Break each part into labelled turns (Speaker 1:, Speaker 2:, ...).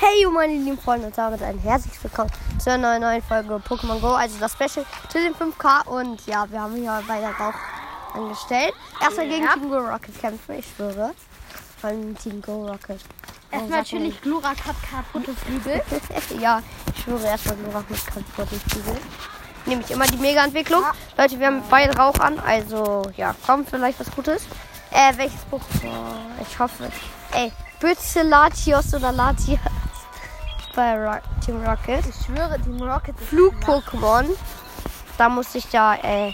Speaker 1: Hey, meine lieben Freunde und damit ein herzliches Willkommen zu einer neuen, neuen Folge Pokémon Go, also das Special zu den 5K. Und ja, wir haben hier weiter Rauch angestellt. Erstmal gegen
Speaker 2: Ja.
Speaker 1: Team Go Rocket kämpfen, ich schwöre. Von Team Go Rocket. Äh, Oh,
Speaker 2: Erstmal natürlich Glurak hat kaputte Flügel.
Speaker 1: ja, ich schwöre erstmal nur Rocket kaputten Flügel. Nehme ich immer die Mega-Entwicklung. Leute, wir haben beide Rauch an, also ja, kommt vielleicht was Gutes. Äh, welches Pokémon? Ich hoffe. Ey, bitte Latios oder Latias bei Ro Team Rocket.
Speaker 2: Ich schwöre, Team Rocket ist
Speaker 1: Flug-Pokémon. Da muss ich da, äh.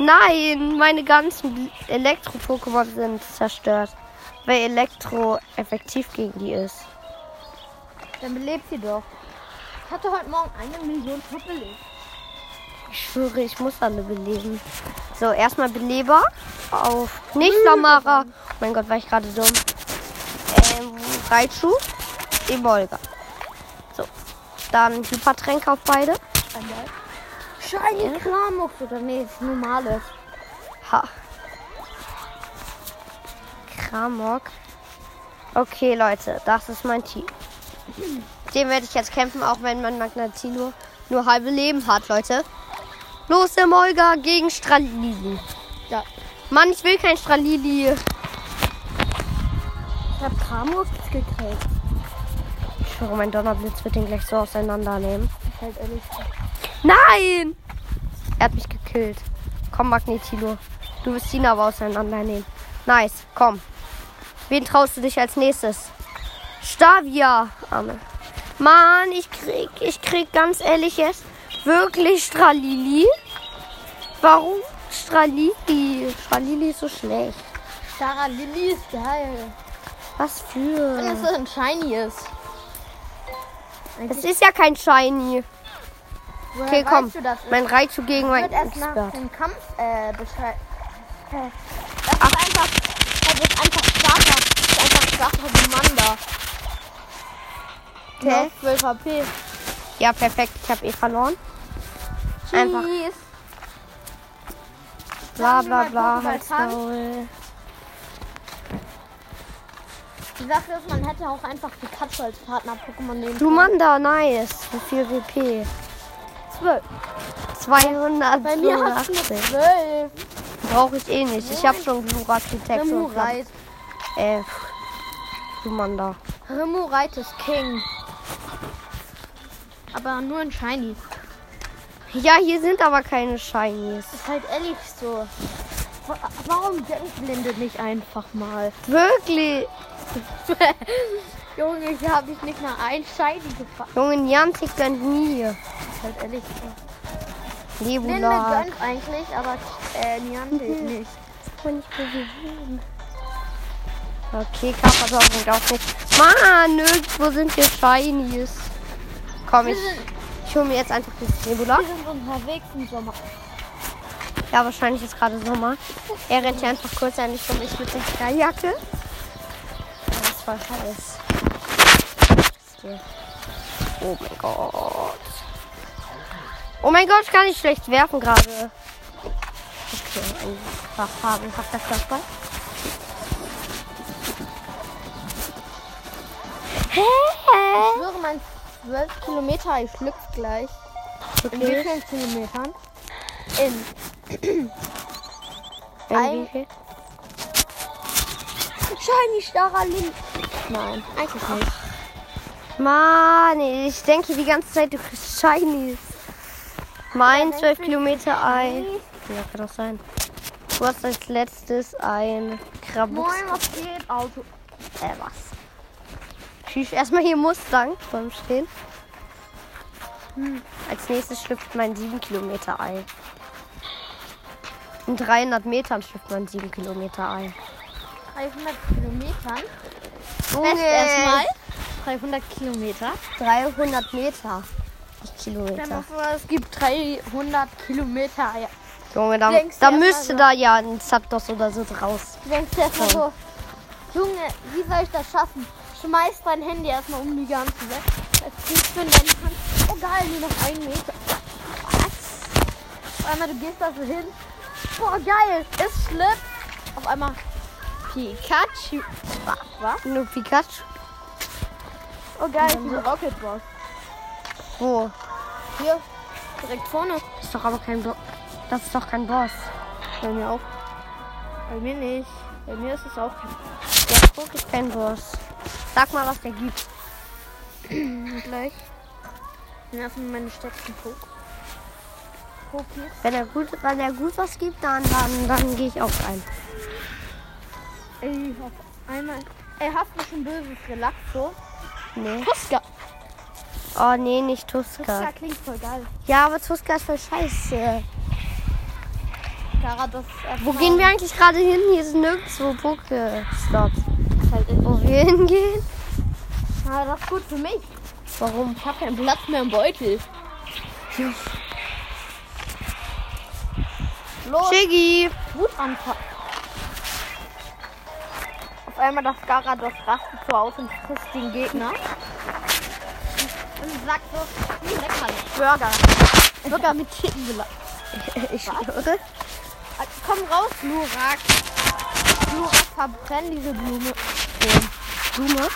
Speaker 1: Nein, meine ganzen Bl- Elektro-Pokémon sind zerstört. Weil Elektro effektiv gegen die ist.
Speaker 2: Dann belebt sie doch. Ich hatte heute Morgen eine Million Top belebt.
Speaker 1: Ich schwöre, ich muss alle beleben. So, erstmal Beleber. Auf. Nicht Samara. Mein Gott, war ich gerade dumm. Ähm, Raichu. Ebolga. So. dann Hypertränke auf beide.
Speaker 2: Shiny Äh? Kramux oder nee, ist normales.
Speaker 1: Ha. Kramok. Okay, Leute, das ist mein Team. Dem werde ich jetzt kämpfen, auch wenn mein Magnatino nur halbe Leben hat, Leute. Los, der Molga gegen Stralili.
Speaker 2: Ja.
Speaker 1: Mann, ich will kein Stralili.
Speaker 2: Ich hab Kramux gekriegt.
Speaker 1: Ich schwöre, mein Donnerblitz wird den gleich so auseinandernehmen.
Speaker 2: Halt ehrlich.
Speaker 1: Nein! Er hat mich gekillt. Komm, Magnetilo. Du wirst ihn aber auseinandernehmen. Nice, komm. Wen traust du dich als nächstes? Stavia, Arme. Mann, ich krieg, ich krieg ganz ehrlich jetzt wirklich Stralili. Warum Stralili? Stralili ist so schlecht.
Speaker 2: Sarah Lilly ist geil.
Speaker 1: Was
Speaker 2: Wenn es
Speaker 1: für?
Speaker 2: ein Shiny ist.
Speaker 1: Es ist ja kein Shiny.
Speaker 2: Woher
Speaker 1: Okay,
Speaker 2: weißt
Speaker 1: komm.
Speaker 2: Du das?
Speaker 1: Mein Raichu gegen mein
Speaker 2: wird erst nach
Speaker 1: Expert.
Speaker 2: dem Kampf äh, Bescheid. Äh, Das ist einfach. Er wird einfach starker. Das ist einfach starker Commander.
Speaker 1: Okay.
Speaker 2: Noch 12 HP.
Speaker 1: Ja, perfekt. Ich habe eh verloren. Einfach.
Speaker 2: Tschüss.
Speaker 1: Bla
Speaker 2: Sagen
Speaker 1: bla
Speaker 2: wir
Speaker 1: bla.
Speaker 2: mal, Pokéball
Speaker 1: heißt
Speaker 2: kann.
Speaker 1: Gaul.
Speaker 2: Die Sache ist, man hätte auch einfach die Katze als Partner-Pokémon nehmen
Speaker 1: Du Manda, nice. Wie viel WP?
Speaker 2: 12.
Speaker 1: 200.
Speaker 2: Bei mir hat es nur 12.
Speaker 1: Brauche ich eh nicht. Ich habe schon Glurak Detect. und Glurak-
Speaker 2: Remurait.
Speaker 1: Äh, du Manda.
Speaker 2: Remurait ist King. Aber nur ein Shiny.
Speaker 1: Ja, hier sind aber keine Shinies.
Speaker 2: Ist halt ehrlich so. Wa- Warum Blende nicht einfach mal?
Speaker 1: Wirklich.
Speaker 2: Junge, hier habe ich nicht mal ein Shiny gefangen.
Speaker 1: Junge, Niantic gönnt nie.
Speaker 2: Ist halt ehrlich so. Blinde
Speaker 1: Nebula.
Speaker 2: gönnt eigentlich, aber äh, Niantic nicht.
Speaker 1: Okay, Kafferdorf bringt auch nicht. Mann, irgendwo sind hier Shinies. Komm, ich,
Speaker 2: Wir sind,
Speaker 1: ich hole mir jetzt einfach das Nebula.
Speaker 2: wir sind unterwegs im Sommer.
Speaker 1: Ja, wahrscheinlich ist gerade Sommer. Er rennt hier einfach kurz an mich rum. Ich mit der Skyjacke. Das ist voll heiß. Hier. Oh mein Gott. Oh mein Gott, ich kann nicht schlecht werfen gerade. Okay, ein paar fabelhafter Körper.
Speaker 2: Ich schwöre, mein 12 Kilometer, ich schlüpfe gleich. In wie
Speaker 1: Wirklich?
Speaker 2: vielen Kilometern? In
Speaker 1: Irgendwie viel?
Speaker 2: Shiny Starrer Lin. Nein, eigentlich nicht.
Speaker 1: Mann, ich denke die ganze Zeit, du kriegst Shinies. Mein 12 Kilometer Ei. Ja, kann das sein. Du hast als letztes ein Krabux.
Speaker 2: Moin, was geht? Auto.
Speaker 1: Äh, was? Schieß erstmal hier Mustang beim Stehen. Als nächstes schlüpft mein 7 Kilometer Ei. In 300 Metern schlüpft mein 7 Kilometer Ei.
Speaker 2: 300 Kilometern. Oh,
Speaker 1: Junge,
Speaker 2: 300 Kilometer.
Speaker 1: 300 Meter. Nicht
Speaker 2: Stell
Speaker 1: Kilometer.
Speaker 2: mal vor, es gibt 300 Kilometer. Ja.
Speaker 1: Junge, da,
Speaker 2: Denkst du
Speaker 1: da
Speaker 2: erst mal
Speaker 1: müsste
Speaker 2: so.
Speaker 1: da ja ein Zapdos oder so draus.
Speaker 2: Du denkst dir erstmal so, Junge, wie soll ich das schaffen? Schmeiß dein Handy erstmal um die ganze Welt. Jetzt ziehst du in deine Hand. Oh geil, nur noch einen Meter. Was? Auf einmal, du gehst da so hin. Boah, geil, ist schlimm. Auf einmal, Pikachu. Was?
Speaker 1: Nur Pikachu.
Speaker 2: Oh geil, ich liebe Rocket Boss.
Speaker 1: Wo?
Speaker 2: Hier, direkt vorne.
Speaker 1: Ist doch aber kein Bo Das ist doch kein Boss.
Speaker 2: Bei mir auch. Bei mir nicht. Bei mir ist es auch kein
Speaker 1: Der Krug ist kein Boss. Sag mal, was der gibt.
Speaker 2: gleich. Nerven meine stärksten Pok. Pokis.
Speaker 1: Wenn er gut, wenn er gut was gibt, dann, dann, dann gehe ich auch ein.
Speaker 2: Ey, auf einmal. Ey, hast du schon böses Relaxo?
Speaker 1: Nee.
Speaker 2: Tuska.
Speaker 1: Oh nee, nicht Tuska.
Speaker 2: Tuska klingt voll geil.
Speaker 1: Ja, aber Tuska ist voll scheiße.
Speaker 2: Kara, das
Speaker 1: Wo gehen wir eigentlich gerade hin? Hier ist nirgendwo Pokestopp.
Speaker 2: halt
Speaker 1: Wo wir hingehen?
Speaker 2: Na, das ist gut für mich.
Speaker 1: Warum?
Speaker 2: Ich habe keinen Platz mehr im Beutel. Los,
Speaker 1: Shiggy!
Speaker 2: Wut anfangen. Auf einmal das Garados rastet so aus und frisst den Gegner. Und sagt so, "Hm, lecker, Burger. Burger mit Chicken gelassen.
Speaker 1: Ich höre.
Speaker 2: Komm raus, Lurak. Lurak, verbrenn diese Blume.
Speaker 1: Blume.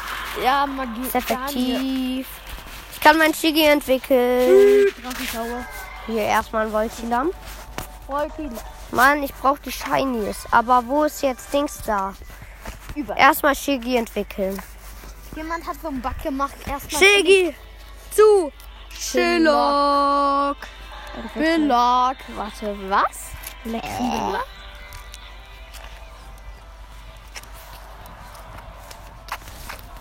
Speaker 2: Ja, Magie.
Speaker 1: Ist effektiv. Ich kann mein Shiggy entwickeln.
Speaker 2: Drachenschauer.
Speaker 1: Hier erstmal ein Voltilam.
Speaker 2: Voll viele.
Speaker 1: Mann, ich brauche die Shinies. Aber wo ist jetzt Dings da?
Speaker 2: Über.
Speaker 1: Erstmal Shiggy entwickeln.
Speaker 2: Jemand hat so einen Bug gemacht. Erstmal
Speaker 1: Shiggy! Zu!
Speaker 2: Shillock.
Speaker 1: Will-
Speaker 2: Belag. Warte, was? Lexenbelag?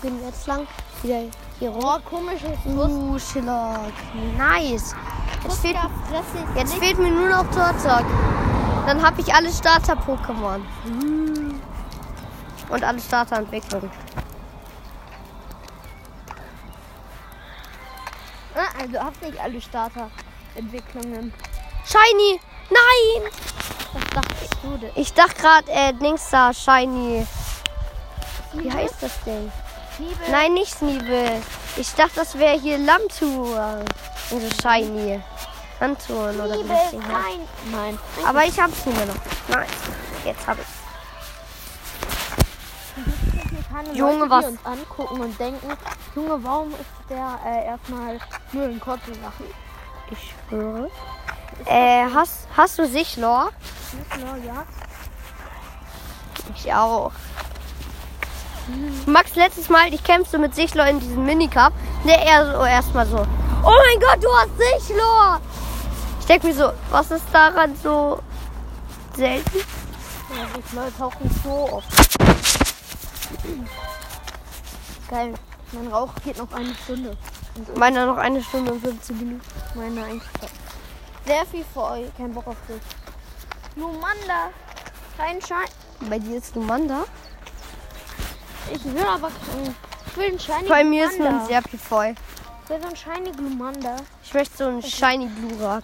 Speaker 1: Gehen wir jetzt lang? Wieder hier rum.
Speaker 2: Oh, komisches Wurst.
Speaker 1: Uh, Shillock. Nice. Jetzt fehlt,
Speaker 2: Das ist
Speaker 1: jetzt fehlt mir nur noch Turtok. Dann habe ich alle Starter-Pokémon. Und alle Starter-Entwicklungen.
Speaker 2: Ah, Also hast nicht alle Starterentwicklungen.
Speaker 1: Shiny! Nein!
Speaker 2: Was dachtest du denn?
Speaker 1: Ich dachte gerade, äh, Dings da, Shiny. Wie heißt das Ding?
Speaker 2: Liebe.
Speaker 1: Nein, nicht Sneebel. Ich dachte, das wäre hier Lamtur. Also Shiny. Lamturen oder wie das Ding heißt.
Speaker 2: nein. Nein.
Speaker 1: Aber ich hab's nicht mehr noch. Nein, jetzt hab ich.
Speaker 2: Hier keine
Speaker 1: Junge,
Speaker 2: Leute, die
Speaker 1: was-
Speaker 2: uns angucken und denken, Junge, warum ist der äh, erstmal nur in kurzen Sachen?
Speaker 1: Ich schwöre. Äh, hast, hast du Sichlor?
Speaker 2: Nicht nur, ja.
Speaker 1: Ich auch. Max, letztes Mal, ich kämpfte mit Sichlor in diesem Minicup. Ne, er so erstmal so. Oh mein Gott, du hast Sichlor! Ich denk mir so, was ist daran so selten?
Speaker 2: Ja, ich läuft auch nicht so oft. Geil. Mein Rauch geht noch eine Stunde.
Speaker 1: Meiner noch eine Stunde und 15 Minuten.
Speaker 2: Meine Einstellung. Sehr viel für euch. Kein Bock auf dich. Lumanda. Kein Schein.
Speaker 1: Bei dir ist Lumanda.
Speaker 2: Ich will aber keinen. Ich will einen Shiny
Speaker 1: Bei mir ist nur
Speaker 2: Glumanda.
Speaker 1: ein Serpifeu.
Speaker 2: Ich will so einen Shiny Glumanda.
Speaker 1: Ich möchte so einen Shiny Glurak.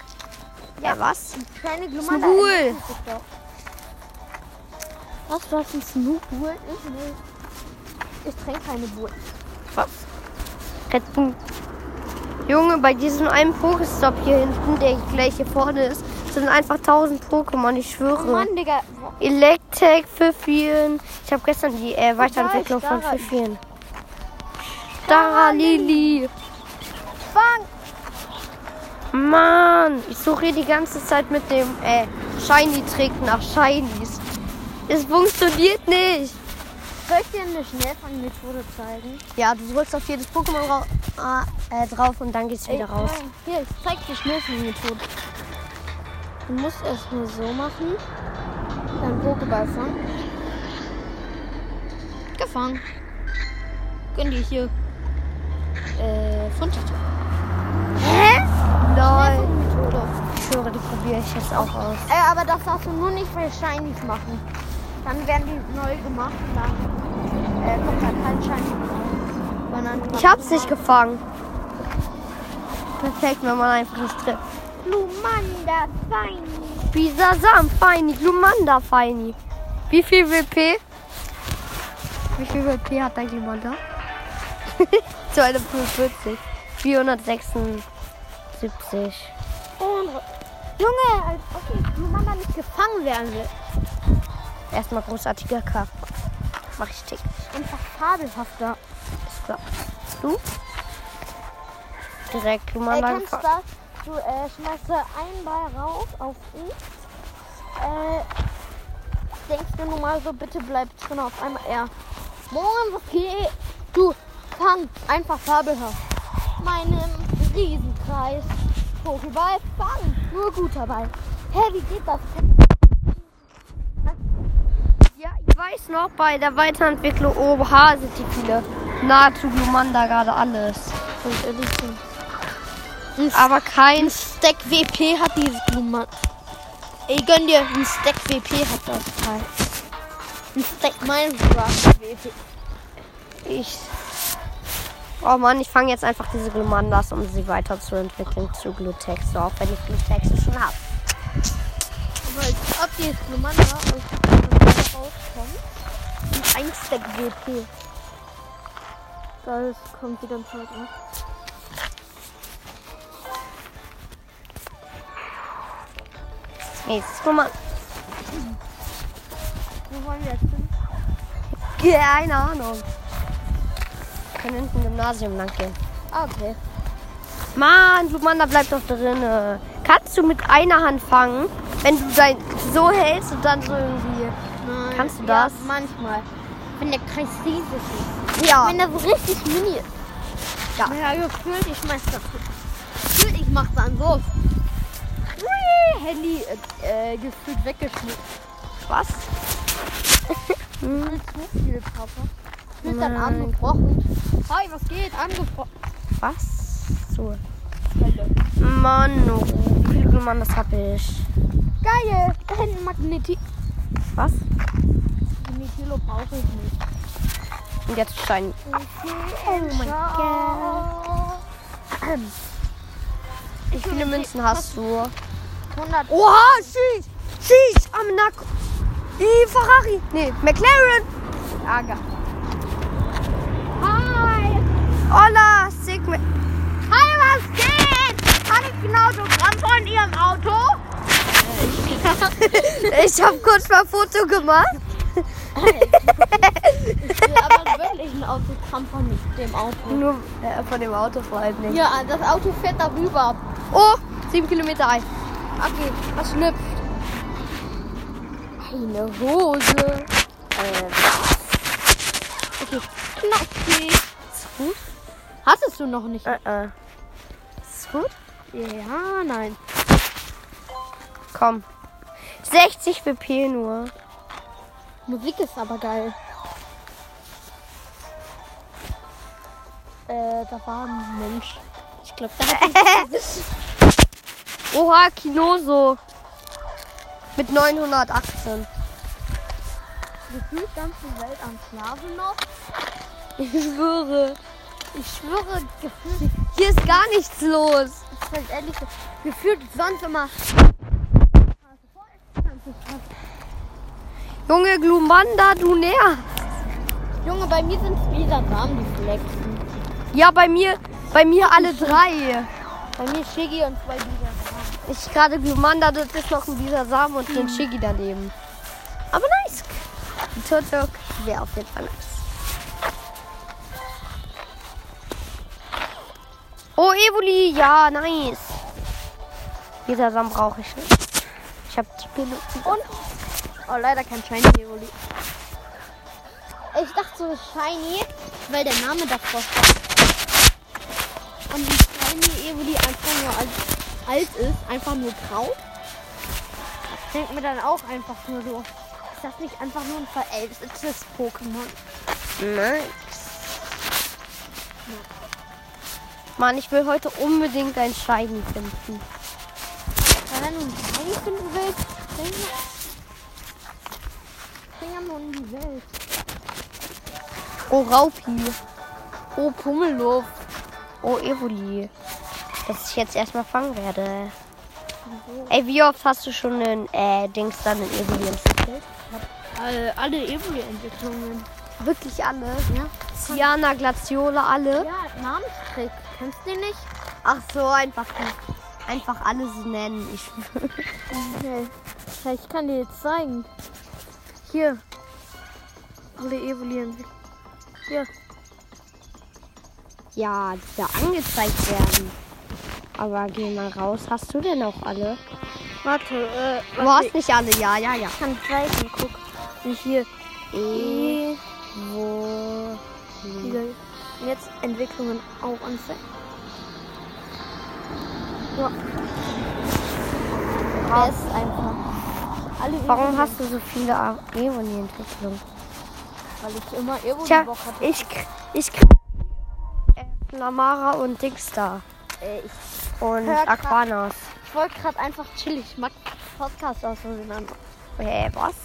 Speaker 1: Ja, was?
Speaker 2: Shiny Glumanda.
Speaker 1: Snookul.
Speaker 2: erinnert sich doch. Was, du hast ein Snookul? Ich nicht. Ich trinke keine Bull.
Speaker 1: Was? Retten. Junge, bei diesem einen Pokestop hier hinten, der gleich hier vorne ist, sind einfach 1000 Pokémon, ich
Speaker 2: Oh
Speaker 1: schwöre.
Speaker 2: Mann, Digga. Boah,
Speaker 1: Electek, Pfiffien. Ich habe gestern die äh, Weiterentwicklung
Speaker 2: Ja,
Speaker 1: von
Speaker 2: Stara-
Speaker 1: Pfiffien. Stara Lili.
Speaker 2: Fang!
Speaker 1: Mann, ich suche hier die ganze Zeit mit dem äh, Shiny-Trick nach Shinies. Es funktioniert nicht.
Speaker 2: Soll ich dir eine Schnellfangmethode zeigen?
Speaker 1: Ja, du holst auf jedes Pokémon rau- ah, äh, drauf und dann geht's wieder
Speaker 2: Ey,
Speaker 1: raus.
Speaker 2: nein. Hier, ich zeig dir Schnellfangmethode. Du musst erst nur so machen. Dann Pokéball fangen. Gefangen. Gönn dir hier. Äh, Fundtattoo.
Speaker 1: Hä? Lol.
Speaker 2: Schnellfangmethode.
Speaker 1: Ich höre, die probiere ich jetzt auch aus.
Speaker 2: Ey, Äh, aber das darfst du nur nicht bei Shinies machen. Dann werden die neu gemacht und dann äh, kommt da kein Shiny mehr. Sondern
Speaker 1: Ich hab's nicht gefangen. Perfekt, wenn man einfach nicht trifft.
Speaker 2: Lumanda, fein.
Speaker 1: Bisasam, Feini, Glumanda, Feini. Wie viel WP? Wie viel WP hat dein Glumanda? 245. 476.
Speaker 2: Und Junge, als ob ich Lumanda nicht gefangen werden will.
Speaker 1: Erstmal großartiger Kampf. Mach ich tick.
Speaker 2: Einfach fabelhafter.
Speaker 1: Ist klar. Du? direkt
Speaker 2: Äh,
Speaker 1: Blumenanlage
Speaker 2: kennst du
Speaker 1: fahren.
Speaker 2: das? Du äh, schmeißt da einen Ball raus auf ihn. Äh, denkst du nun mal so, bitte bleib drin auf einmal. Ja. Moin, okay. Du fang einfach fabelhaft. Meinem Riesenkreis. Pokéball, fang. Nur guter Ball. Hä, wie geht das?
Speaker 1: Ja, ich weiß noch, bei der Weiterentwicklung OBH sind die viele. Nahezu Glumanda gerade alles.
Speaker 2: Und ehrlich sind.
Speaker 1: Aber kein
Speaker 2: Stack WP hat dieses Blumen. Ich gönn dir, ein Stack WP hat das Teil. Ein Stack Minecraft WP.
Speaker 1: ich. Oh Mann, ich fange jetzt einfach diese Glumandas, um sie weiterzuentwickeln zu Glutex, so auch wenn ich Glutex schon habe.
Speaker 2: Aber als ob dieses Blumen da aus dem rauskommt. Und ein Stack WP. Das kommt wieder ein Teil drauf.
Speaker 1: Nächstes Glumanda.
Speaker 2: Wo wollen wir jetzt hin?
Speaker 1: Keine Ahnung. Wir können hinten Gymnasium lang gehen.
Speaker 2: Ah, okay.
Speaker 1: Mann, Glumanda bleibt doch drinne. Kannst du mit einer Hand fangen, wenn du dein so hältst und dann so irgendwie.
Speaker 2: Nein.
Speaker 1: Kannst du
Speaker 2: Ja,
Speaker 1: das?
Speaker 2: manchmal. Wenn der Kreis riesig ist.
Speaker 1: Ja.
Speaker 2: Wenn der so richtig mini ist.
Speaker 1: Ja.
Speaker 2: ja gefühlt, ich schmeiß das. Gefühlt, ich mach da einen Wurf. Hui, Handy äh, äh, gefühlt weggeschmissen.
Speaker 1: Was?
Speaker 2: Hm. Zu viel, Papa. Gefühlt dein Arm gebrochen. Hi, was geht? Angebrochen.
Speaker 1: Was? So. Mann, oh, wie viel Glühmann das hab ich.
Speaker 2: Geil, da hinten Magneti.
Speaker 1: Was?
Speaker 2: Magnetilo brauche ich nicht.
Speaker 1: Und jetzt Stein.
Speaker 2: Oh Okay,
Speaker 1: mein Wie viele Münzen hast du?
Speaker 2: 100.
Speaker 1: Oha, schieß! Schieß! Am Nacken! Die Ferrari! Nee, McLaren!
Speaker 2: Ärger. Hi.
Speaker 1: Hola, Sigma.
Speaker 2: Hi, was geht? Kann ich genau so dran von Ihrem Auto?
Speaker 1: Ich hab kurz mal ein Foto gemacht.
Speaker 2: Ich will aber wirklich ein Autogramm von dem Auto.
Speaker 1: Nur äh, von dem Auto vor allem nicht.
Speaker 2: Ja, das Auto fährt darüber.
Speaker 1: Oh, sieben Kilometer ein.
Speaker 2: Okay,
Speaker 1: Was schlüpft?
Speaker 2: eine Hose. Ähm. Okay, knackig. Ist gut? Hattest du noch nicht?
Speaker 1: Äh, äh. Ist gut?
Speaker 2: Ja, nein.
Speaker 1: Komm. 60 WP nur.
Speaker 2: Musik ist aber geil. Äh, da war ein Mensch. Ich glaube, da hat
Speaker 1: Oha, Kinoso. Mit 918.
Speaker 2: gefühlt ganze Welt am Schlafen noch.
Speaker 1: Ich schwöre.
Speaker 2: Ich schwöre, gefühlt,
Speaker 1: Hier ist gar nichts los.
Speaker 2: ich weiß ehrlich, gefühlt sonst immer.
Speaker 1: Junge Glumanda, du näher.
Speaker 2: Junge, bei mir sind es wieder Damen, die flexen.
Speaker 1: Ja, bei mir, bei mir alle drei.
Speaker 2: Bei mir Shiggy und zwei Bieder Damen.
Speaker 1: Ich gerade Glumanda, das ist noch ein dieser Samen und den Shiggy daneben. Aber nice. Die Turtok wäre auf jeden Fall nice. Oh, Evoli, ja, nice. Dieser Samen brauche ich nicht. Ich habe die benutzt.
Speaker 2: Und? Oh, leider kein Shiny Evoli. Ich dachte so Shiny, weil der Name davor stand. Und die Shiny Evoli einfach nur alt, alt ist, einfach nur grau. Ich denke mir dann auch einfach nur so. Ist das nicht einfach nur ein verältetes Pokémon?
Speaker 1: Nice. Mann, ich will heute unbedingt ein Shiny finden.
Speaker 2: Weil wenn du einen Shiny finden willst, bring bring ihn mal um die Welt.
Speaker 1: Oh, Raupi.
Speaker 2: Oh, Pummelhof.
Speaker 1: Oh, Evoli. Das ich jetzt erstmal fangen werde. Ey, wie oft hast du schon einen äh, Dings dann in Evoli entwickelt?
Speaker 2: Alle, alle Evoli-Entwicklungen.
Speaker 1: Wirklich alle?
Speaker 2: Ja.
Speaker 1: Tiana, Glaciola, alle?
Speaker 2: Ja, Namenstrick. Kennst du den nicht?
Speaker 1: Ach so, einfach, einfach alles nennen. Ich,
Speaker 2: Nee. Ja, ich kann dir jetzt zeigen. Hier. Alle Evoli entwickelt. Hier.
Speaker 1: Ja, die da angezeigt werden. Aber geh mal raus. Hast du denn auch alle?
Speaker 2: Warte, äh,
Speaker 1: Du hast nicht alle, ja, ja, ja.
Speaker 2: ich kann Seiten gucken. Und hier. E.
Speaker 1: Wo?
Speaker 2: Wieder. Und jetzt Entwicklungen auch anzeigen. Ja. Es ist einfach. Alle
Speaker 1: Warum
Speaker 2: Übungen,
Speaker 1: hast du so viele Evoli-Entwicklungen?
Speaker 2: Weil ich immer irgendwo
Speaker 1: Tja,
Speaker 2: Oh, die Woche hatte.
Speaker 1: ich, k- ich krieg äh, Namara und Dingstar
Speaker 2: Äh, ich
Speaker 1: und
Speaker 2: Hör grad-
Speaker 1: Aquanas.
Speaker 2: ich wollte gerade einfach chillig. Ich mag Podcast aus Versehen an.
Speaker 1: Hä, was?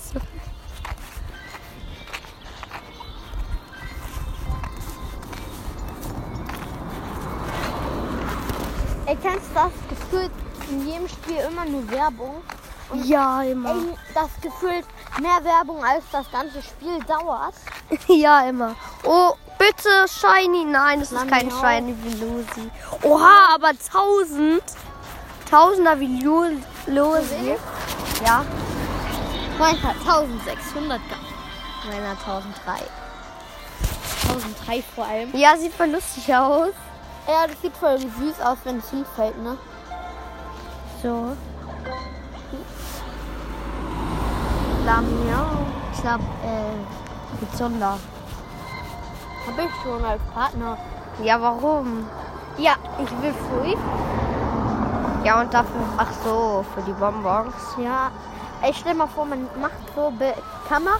Speaker 2: Ey, kennst du das Gefühl, in jedem Spiel immer eine Werbung?
Speaker 1: Ja, immer.
Speaker 2: Ey, das Gefühl, mehr Werbung als das ganze Spiel dauert.
Speaker 1: Ja, immer. Oh, bitte, Shiny. Nein, es ist
Speaker 2: Mami,
Speaker 1: kein
Speaker 2: hau.
Speaker 1: Shiny Velosi. Oha, aber 1000. Tausender Velosi.
Speaker 2: Velosi?
Speaker 1: Ja,
Speaker 2: Meiner 1600,
Speaker 1: meiner 1003.
Speaker 2: 1003 vor allem.
Speaker 1: Ja, sieht voll lustig aus.
Speaker 2: Ja, das sieht voll süß aus, wenn es hinfällt, ne?
Speaker 1: So. Lamiau. Ich glaube, äh, Gezunder.
Speaker 2: Ähm, Hab ich schon als Partner.
Speaker 1: Ja, warum?
Speaker 2: Ja, ich will früh.
Speaker 1: Ja, und dafür, ach so, für die Bonbons.
Speaker 2: Ja. Ey, stell mal vor, man macht so Be Kamera,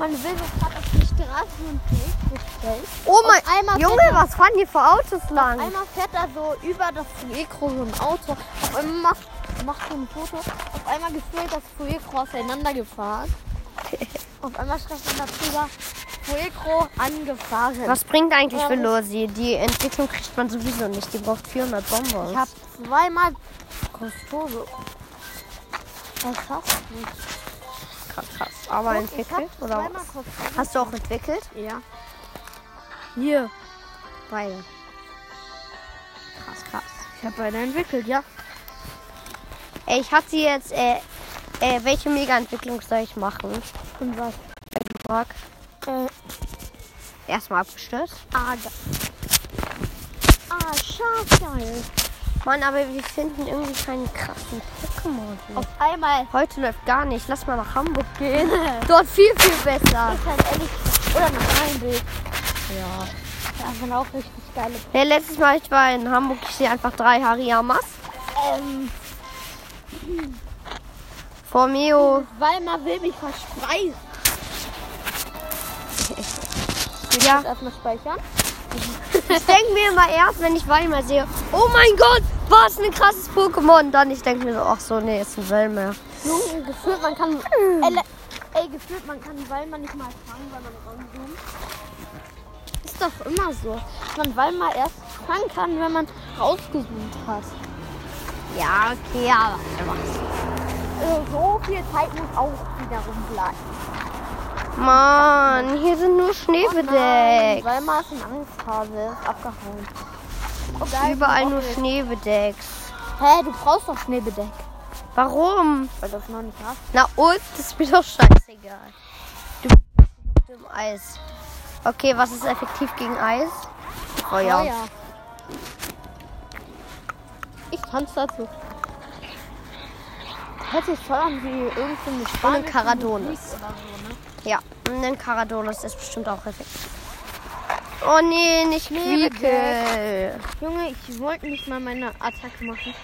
Speaker 2: man will so gerade auf die Straße und Bild stellen.
Speaker 1: Oh
Speaker 2: mein- Junge,
Speaker 1: was fahren hier für Autos lang?
Speaker 2: Einmal fährt da so über das Fuegro so ein Auto. Auf einmal macht, macht so ein Foto. Auf einmal gefühlt das Fuegro auseinandergefahren. auf einmal schreibt man darüber Fuegro angefahren.
Speaker 1: Was bringt eigentlich
Speaker 2: Ähm.
Speaker 1: Velosi? Die Entwicklung kriegt man sowieso nicht. Die braucht 400 Bonbons.
Speaker 2: Ich hab zweimal Kostose. Das hast du nicht.
Speaker 1: krass, krass. Aber
Speaker 2: Guck, ich
Speaker 1: entwickelt?
Speaker 2: hab
Speaker 1: Oder
Speaker 2: zweimal
Speaker 1: was?
Speaker 2: Kostose.
Speaker 1: Hast du auch entwickelt?
Speaker 2: Ja. Hier.
Speaker 1: Beide. Krass, krass.
Speaker 2: Ich habe beide entwickelt, ja.
Speaker 1: Ey, ich hatte jetzt, äh, äh, welche Mega-Entwicklung soll ich machen?
Speaker 2: Und was?
Speaker 1: Mark,
Speaker 2: Äh,
Speaker 1: Hm. erstmal abgestürzt.
Speaker 2: ah, da. Ah, schafgeil.
Speaker 1: Mann, aber wir finden irgendwie keine krassen Pokémon. hier.
Speaker 2: Auf einmal.
Speaker 1: Heute läuft gar nicht. Lass mal nach Hamburg gehen. Dort viel, viel besser.
Speaker 2: Ich halt ehrlich. Oder nach Rheinbild.
Speaker 1: Ja.
Speaker 2: Da sind auch richtig geile.
Speaker 1: Nee, letztes Mal, ich war in Hamburg, ich sehe einfach drei Hariyamas.
Speaker 2: Ähm,
Speaker 1: Vor Mio.
Speaker 2: Weimar will mich verspeisen.
Speaker 1: Ja.
Speaker 2: Erstmal speichern.
Speaker 1: Ich denke mir immer erst, wenn ich Weimar sehe, oh mein Gott, was ein krasses Pokémon. Dann ich denke mir so, ach so, nee, ist ein Wellmer.
Speaker 2: Junge, gefühlt man kann. Ele- Ey, gefühlt man kann Weimar nicht mal fangen, weil man ranzoomt. Ist doch immer so. dass Man Weimar erst fangen kann, wenn man rausgezoomt hat.
Speaker 1: Ja, okay, aber was.
Speaker 2: Äh, So viel Zeit muss auch wiederum bleiben.
Speaker 1: Mann, hier sind nur
Speaker 2: Oh
Speaker 1: Schneebedeckt.
Speaker 2: Weimar ist in Angsthase. Ist abgehauen. Oh, geil,
Speaker 1: Überall
Speaker 2: die
Speaker 1: nur
Speaker 2: Woche-
Speaker 1: Schneebedeckt.
Speaker 2: Hä, du brauchst doch Schneebedeck.
Speaker 1: Warum?
Speaker 2: Weil du es noch nicht hast.
Speaker 1: Na und? Das ist mir doch scheißegal. Du bist nicht auf dem Eis. Okay, was ist effektiv gegen Eis? Feuer.
Speaker 2: Feuer. Ich tanze dazu. Hört sich voll an wie irgendeine
Speaker 1: Und
Speaker 2: spanische
Speaker 1: ein Caradonis.
Speaker 2: Musik oder so, ne?
Speaker 1: Ja, und ein Caradonis ist bestimmt auch effektiv. Oh nee, nicht
Speaker 2: Schneebedeckt.
Speaker 1: Quiekel.
Speaker 2: Junge, ich wollte nicht mal meine Attacke machen.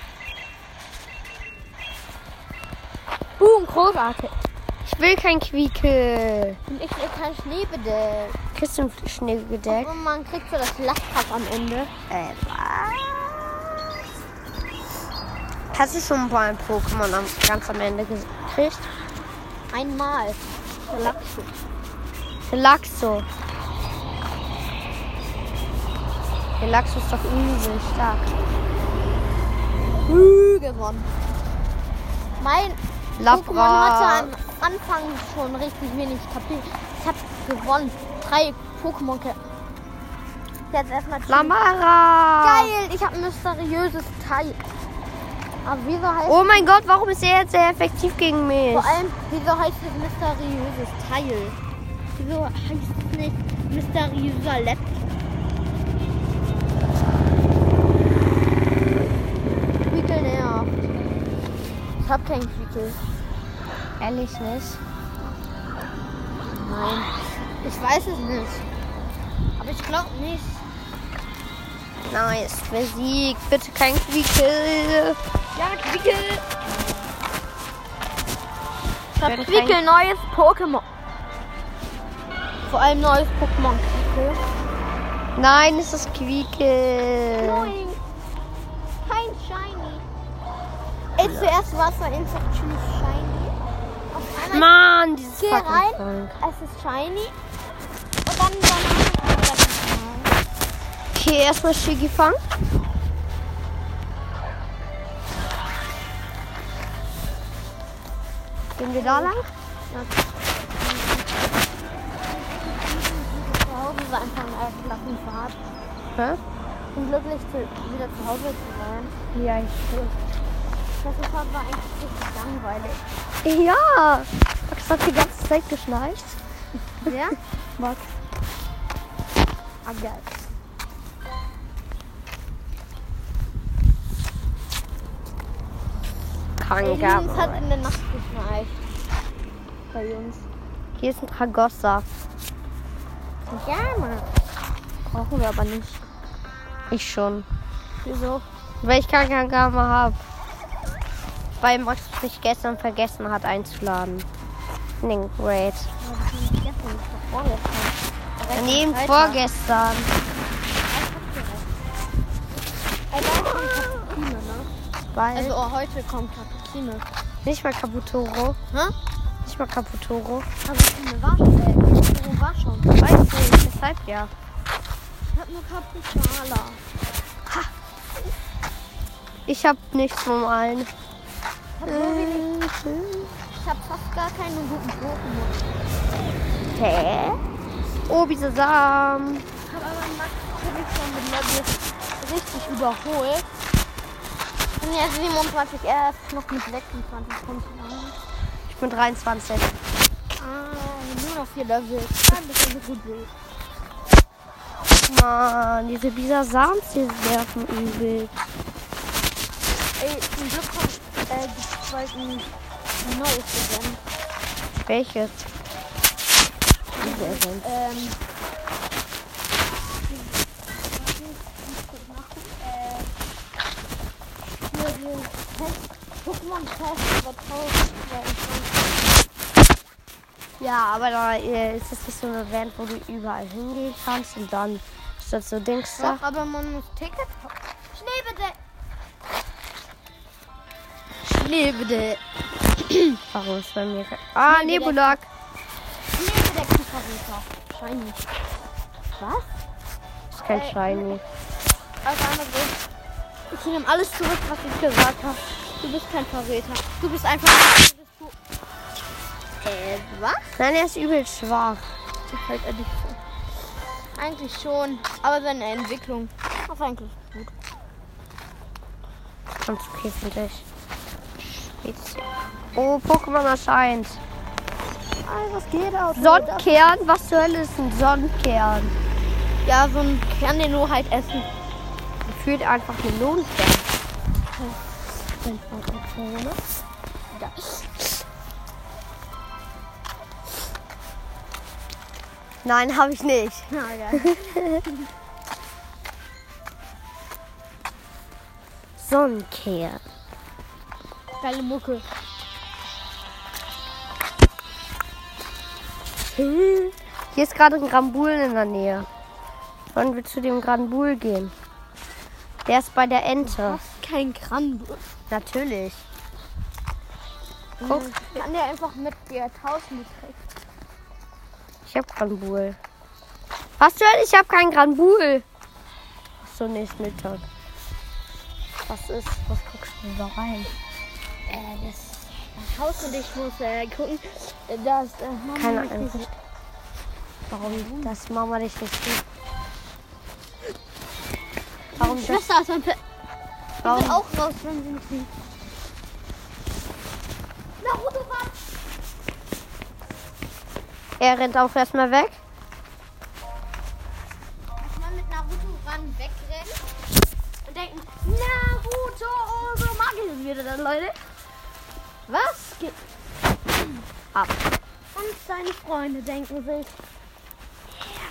Speaker 2: Boom, Uh, großartig.
Speaker 1: Ich will kein Quiekel.
Speaker 2: Und ich will kein Schneebedeck.
Speaker 1: Kriegst du einen Schneegedeck?
Speaker 2: Und man kriegt so das Lachpack am Ende.
Speaker 1: Äh, was? Hast du schon mal ein Pokémon am, ganz am Ende gekriegt?
Speaker 2: Einmal. Der Lachschuh.
Speaker 1: Relaxo. Relaxo ist doch übel stark.
Speaker 2: Früh gewonnen. Mein Pokémon
Speaker 1: Labra.
Speaker 2: Oh, hatte am Anfang schon richtig wenig Kapitel. Ich habe gewonnen. Drei Pokémon. ge- Jetzt erstmal zu-
Speaker 1: Lamara.
Speaker 2: Geil, ich habe ein mysteriöses Teil. Aber wieso heißt
Speaker 1: Oh mein Gott, warum ist er jetzt sehr effektiv gegen mich?
Speaker 2: vor allem, wieso heißt es mysteriöses Teil? Wieso heißt es nicht mysteriöser Laptop? gibt keinen Quickkill.
Speaker 1: Ehrlich nicht.
Speaker 2: Nein. Ich weiß es nicht. Aber ich glaube nicht.
Speaker 1: Nice, besiegt. Bitte kein Quickel.
Speaker 2: Ja, Quickel. Ich habe
Speaker 1: Wenn
Speaker 2: Quickel
Speaker 1: kein-
Speaker 2: neues Pokémon. Vor allem neues Pokémon Quickel.
Speaker 1: Nein, es ist Quickel.
Speaker 2: Nein. Kein Shiny. Ey, zuerst war es ein Infektiös Shiny. Auf einmal
Speaker 1: Mann, dieses
Speaker 2: Geh
Speaker 1: fucking
Speaker 2: rein.
Speaker 1: Frank.
Speaker 2: Es ist shiny. Und dann danach.
Speaker 1: Okay, erstmal Shiggy fangen. Gehen wir da lang?
Speaker 2: Zu Hause war einfach eine Klassenfahrt.
Speaker 1: Hä?
Speaker 2: Ich bin glücklich, zu, wieder zu Hause zu sein.
Speaker 1: Ja, ich
Speaker 2: Klassenfahrt war eigentlich richtig langweilig.
Speaker 1: Ja! Max hat die ganze Zeit geschnarcht.
Speaker 2: Ja?
Speaker 1: Max.
Speaker 2: Ah, geil. Jungs hat
Speaker 1: Kanga.
Speaker 2: in der Nacht geschneit. Bei uns.
Speaker 1: Hier ist ein Tragossa.
Speaker 2: Ja, Mann. Brauchen wir aber nicht.
Speaker 1: Ich schon.
Speaker 2: Wieso?
Speaker 1: Weil ich kein Kangama habe. Weil Max mich gestern vergessen hat einzuladen. Link Raid. Neben vorgestern. Weil
Speaker 2: Also oh, heute kommt Cappuccino.
Speaker 1: nicht mal Caputoro.
Speaker 2: Hä?
Speaker 1: Nicht mal Caputoro.
Speaker 2: Cappuccino war schon. Äh, Cappuccino war schon.
Speaker 1: Weiß nicht, deshalb ja.
Speaker 2: Ich hab nur Cappuccala.
Speaker 1: Ich hab nichts vom allen.
Speaker 2: Ich hab, so wenig, ich hab fast gar keine guten Pokémon.
Speaker 1: Hä? Oh, Obi-Sesam.
Speaker 2: Ich hab aber Max Kubiks schon mit Lobby richtig überholt. Und jetzt 27 er ist noch mit 26 Punkten an.
Speaker 1: Ich bin 23.
Speaker 2: Ah, nur noch vier Level. Dann bist du so gut wie.
Speaker 1: Mann, diese Bisasams, die werfen übel.
Speaker 2: Ey, zum Glück kommt äh, die zweiten neues Event.
Speaker 1: Welches?
Speaker 2: Ähm. Äh, Hier dieses Test. Pokémon-Test über 1022.
Speaker 1: Ja, aber da äh, ist das nicht so eine Band, wo du überall hingehen kannst und dann ist das so Dings da.
Speaker 2: Doch, aber man muss Tickets kaufen. Schnee bitte!
Speaker 1: Schnee bitte. Warum ist bei mir kein... Ah,
Speaker 2: Schnee bitte.
Speaker 1: Nebulak.
Speaker 2: Schnee bitte, Kieferröter. Shiny. Was?
Speaker 1: Ist kein
Speaker 2: Äh,
Speaker 1: Shiny.
Speaker 2: Also andersrum. Ich nehme alles zurück, was ich gesagt habe. Du bist kein Verräter. Du bist einfach nur Äh, was?
Speaker 1: Nein, er ist übel schwach.
Speaker 2: Gefällt er nicht so. Eigentlich schon, aber seine Entwicklung ist eigentlich gut.
Speaker 1: Ganz okay, finde ich. Spezi- Oh, Pokémon erscheint.
Speaker 2: Also, was geht auch?
Speaker 1: Sonnenkern? Was zur Hölle ist ein Sonnenkern?
Speaker 2: Ja, so ein Kern, den nur halt essen.
Speaker 1: Gefühlt einfach Melonenkern.
Speaker 2: Ja.
Speaker 1: Nein, habe ich nicht. Sonnenkern.
Speaker 2: Geile Mucke.
Speaker 1: Hier ist gerade ein Grambul in der Nähe. Wollen wir zu dem Grambul gehen? Der ist bei der Ente.
Speaker 2: Kein Kranbus.
Speaker 1: Natürlich. Guck,
Speaker 2: Kann der einfach mit dir tauschen, die Tricks.
Speaker 1: ich hab Granbul. Was denn? Ich hab kein Granbul. Ach So nicht Mittag. Was ist? Was guckst du da rein?
Speaker 2: Äh, das Haus und ich muss äh, gucken, dass äh, Mama
Speaker 1: Keine
Speaker 2: mich
Speaker 1: Ahnung.
Speaker 2: nicht-
Speaker 1: Warum? Das Mama dich nicht sieht.
Speaker 2: Meine Schwester ist mein Pet. Ich will
Speaker 1: Warum?
Speaker 2: auch raus, wenn sie mich sieht. Naruto war
Speaker 1: Er rennt auch erstmal weg.
Speaker 2: Dass man mit Naruto ran wegrennt und denken, Naruto, oh, so magisch wieder dann, Leute. Was geht
Speaker 1: Ab.
Speaker 2: Und seine Freunde denken sich,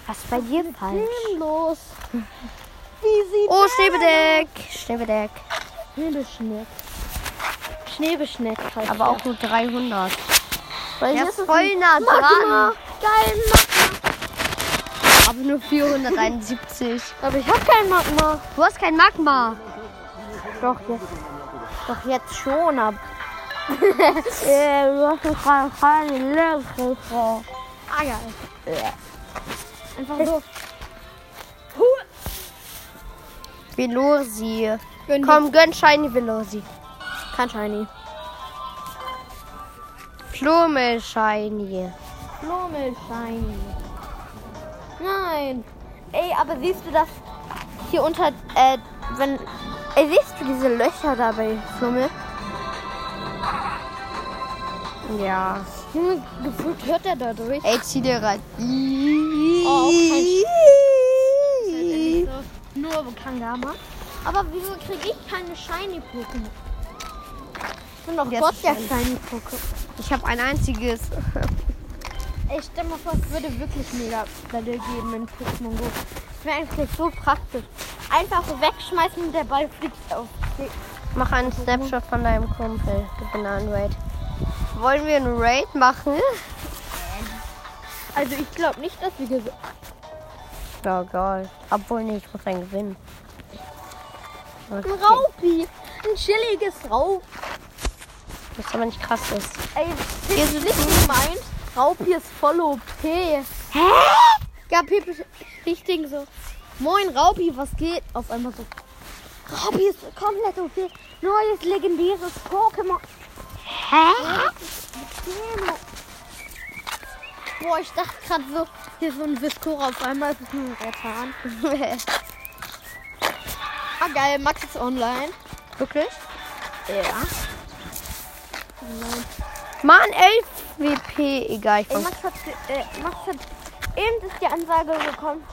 Speaker 1: Was ist bei dir falsch?
Speaker 2: gehen los. Wie sieht
Speaker 1: Oh, Schneebedeck. Schneebedeck.
Speaker 2: Schneebeschneck. Schneebeschneck heißt
Speaker 1: Aber auch nur 300.
Speaker 2: der. Weil
Speaker 1: der
Speaker 2: hier
Speaker 1: ist
Speaker 2: es
Speaker 1: voll
Speaker 2: ein
Speaker 1: nah dran.
Speaker 2: Magma. Geil, Magma.
Speaker 1: Aber nur 471.
Speaker 2: Aber ich hab kein Magma.
Speaker 1: Du hast kein Magma.
Speaker 2: Doch jetzt. Doch jetzt schon ab. äh, du hast doch gerade keine Löffel vor.
Speaker 1: Ah, ja.
Speaker 2: Einfach so.
Speaker 1: Velosi.
Speaker 2: Gönn dir.
Speaker 1: Komm, gönn Shiny Velosi.
Speaker 2: Kein Shiny.
Speaker 1: Plummel Shiny.
Speaker 2: Blumen Shiny. Nein. Ey, aber siehst du das hier unter, äh, wenn,
Speaker 1: äh,
Speaker 2: ey, siehst du diese Löcher da bei Flummel?
Speaker 1: Ja.
Speaker 2: Junge, gefühlt hört er da durch.
Speaker 1: Ey, zieh dir rein.
Speaker 2: Oh,
Speaker 1: kein
Speaker 2: Nur Kangama. Aber wieso kriege ich keine Shiny Pokémon? Ich bin doch
Speaker 1: Jetzt
Speaker 2: Gott der
Speaker 1: schon.
Speaker 2: Shiny Pokémon.
Speaker 1: ich habe ein einziges.
Speaker 2: Ey, stell mal vor, es würde wirklich mega Bälle geben in Pokémon Go. Das wäre eigentlich so praktisch. Einfach so wegschmeißen und der Ball fliegt auf. die-
Speaker 1: Mach einen Snapshot von deinem Kumpel. Gib mir einen Raid. Wollen wir einen Raid machen?
Speaker 2: Also ich glaube nicht, dass wir gewinnen.
Speaker 1: Ja, geil. Obwohl, nee, ich muss einen gewinnen. Okay.
Speaker 2: Ein Raupi! Ein chilliges Raupi.
Speaker 1: Das aber nicht krass ist.
Speaker 2: Ey,
Speaker 1: Hier
Speaker 2: das
Speaker 1: sind
Speaker 2: ist nicht gemeint. Raupi ist voll OP. Hä? Ja, Pepe, ich denke so. Moin Raupi, was geht? Auf einmal so. Raupi ist komplett OP. Neues legendäres Pokémon. Hä? Boah, ich dachte gerade so, hier ist so ein Viscora. Auf einmal ist es nur ein Rettern. Ah, geil, Max ist online.
Speaker 1: Wirklich?
Speaker 2: Ja.
Speaker 1: Mann, 11 WP. Egal, ich
Speaker 2: Ey,
Speaker 1: komm.
Speaker 2: Max hat, ge- äh, Max hat eben ist die Ansage gekommen.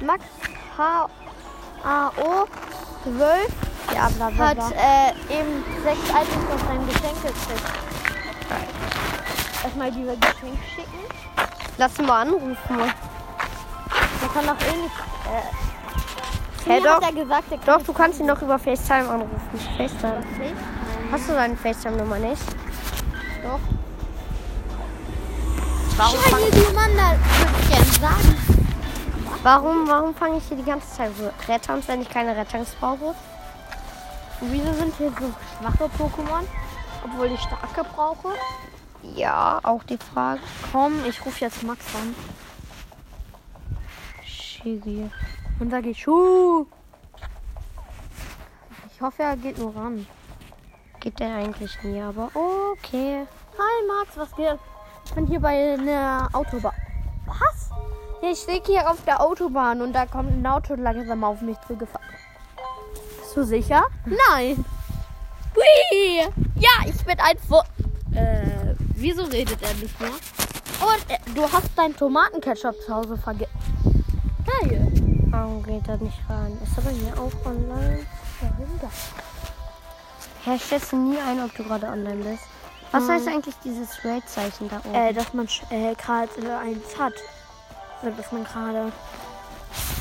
Speaker 2: Max H A O 12
Speaker 1: Ja, bla, bla,
Speaker 2: hat
Speaker 1: bla.
Speaker 2: äh, eben sechs Items auf sein Geschenk gekriegt.
Speaker 1: Geil.
Speaker 2: Erstmal die wir Geschenk schicken.
Speaker 1: Lass ihn mal anrufen.
Speaker 2: Der kann doch eh nicht. Äh, zu
Speaker 1: Hä,
Speaker 2: mir hat
Speaker 1: doch.
Speaker 2: er gesagt, der
Speaker 1: Doch, du kannst ihn noch über FaceTime anrufen. FaceTime. Hast du deine FaceTime-Nummer nicht?
Speaker 2: Doch.
Speaker 1: Warum, fang,
Speaker 2: Scheiße, die Mandal. Würde ich gerne sagen.
Speaker 1: warum, warum fange ich hier die ganze Zeit so Rettans, wenn ich keine Rettans brauche?
Speaker 2: Und wieso sind hier so schwache Pokémon? Obwohl ich starke brauche.
Speaker 1: Ja, auch die Frage.
Speaker 2: Komm, ich rufe jetzt Max an.
Speaker 1: Schiri.
Speaker 2: Und da geht Schuh. Ich hoffe, er geht nur ran. Oh,
Speaker 1: Geht der eigentlich nie, aber okay.
Speaker 2: Hi Max, was geht? Ich bin hier bei einer Autobahn. Was? Ich stehe hier auf der Autobahn und da kommt ein Auto langsam auf mich zugefahren. Bist du sicher? Nein. Hui. Ja, ich bin ein Fu Äh, wieso redet er nicht mehr? Und äh, du hast deinen Tomatenketchup zu Hause vergessen. Geil.
Speaker 1: Warum geht er nicht ran? Ist er bei mir auch online?
Speaker 2: Warum das?
Speaker 1: Hä, stellst du nie ein, ob du gerade online bist? Was heißt eigentlich dieses Raid-Zeichen da oben?
Speaker 2: Äh, dass man sch- äh, gerade äh, eins hat. Oder dass man gerade.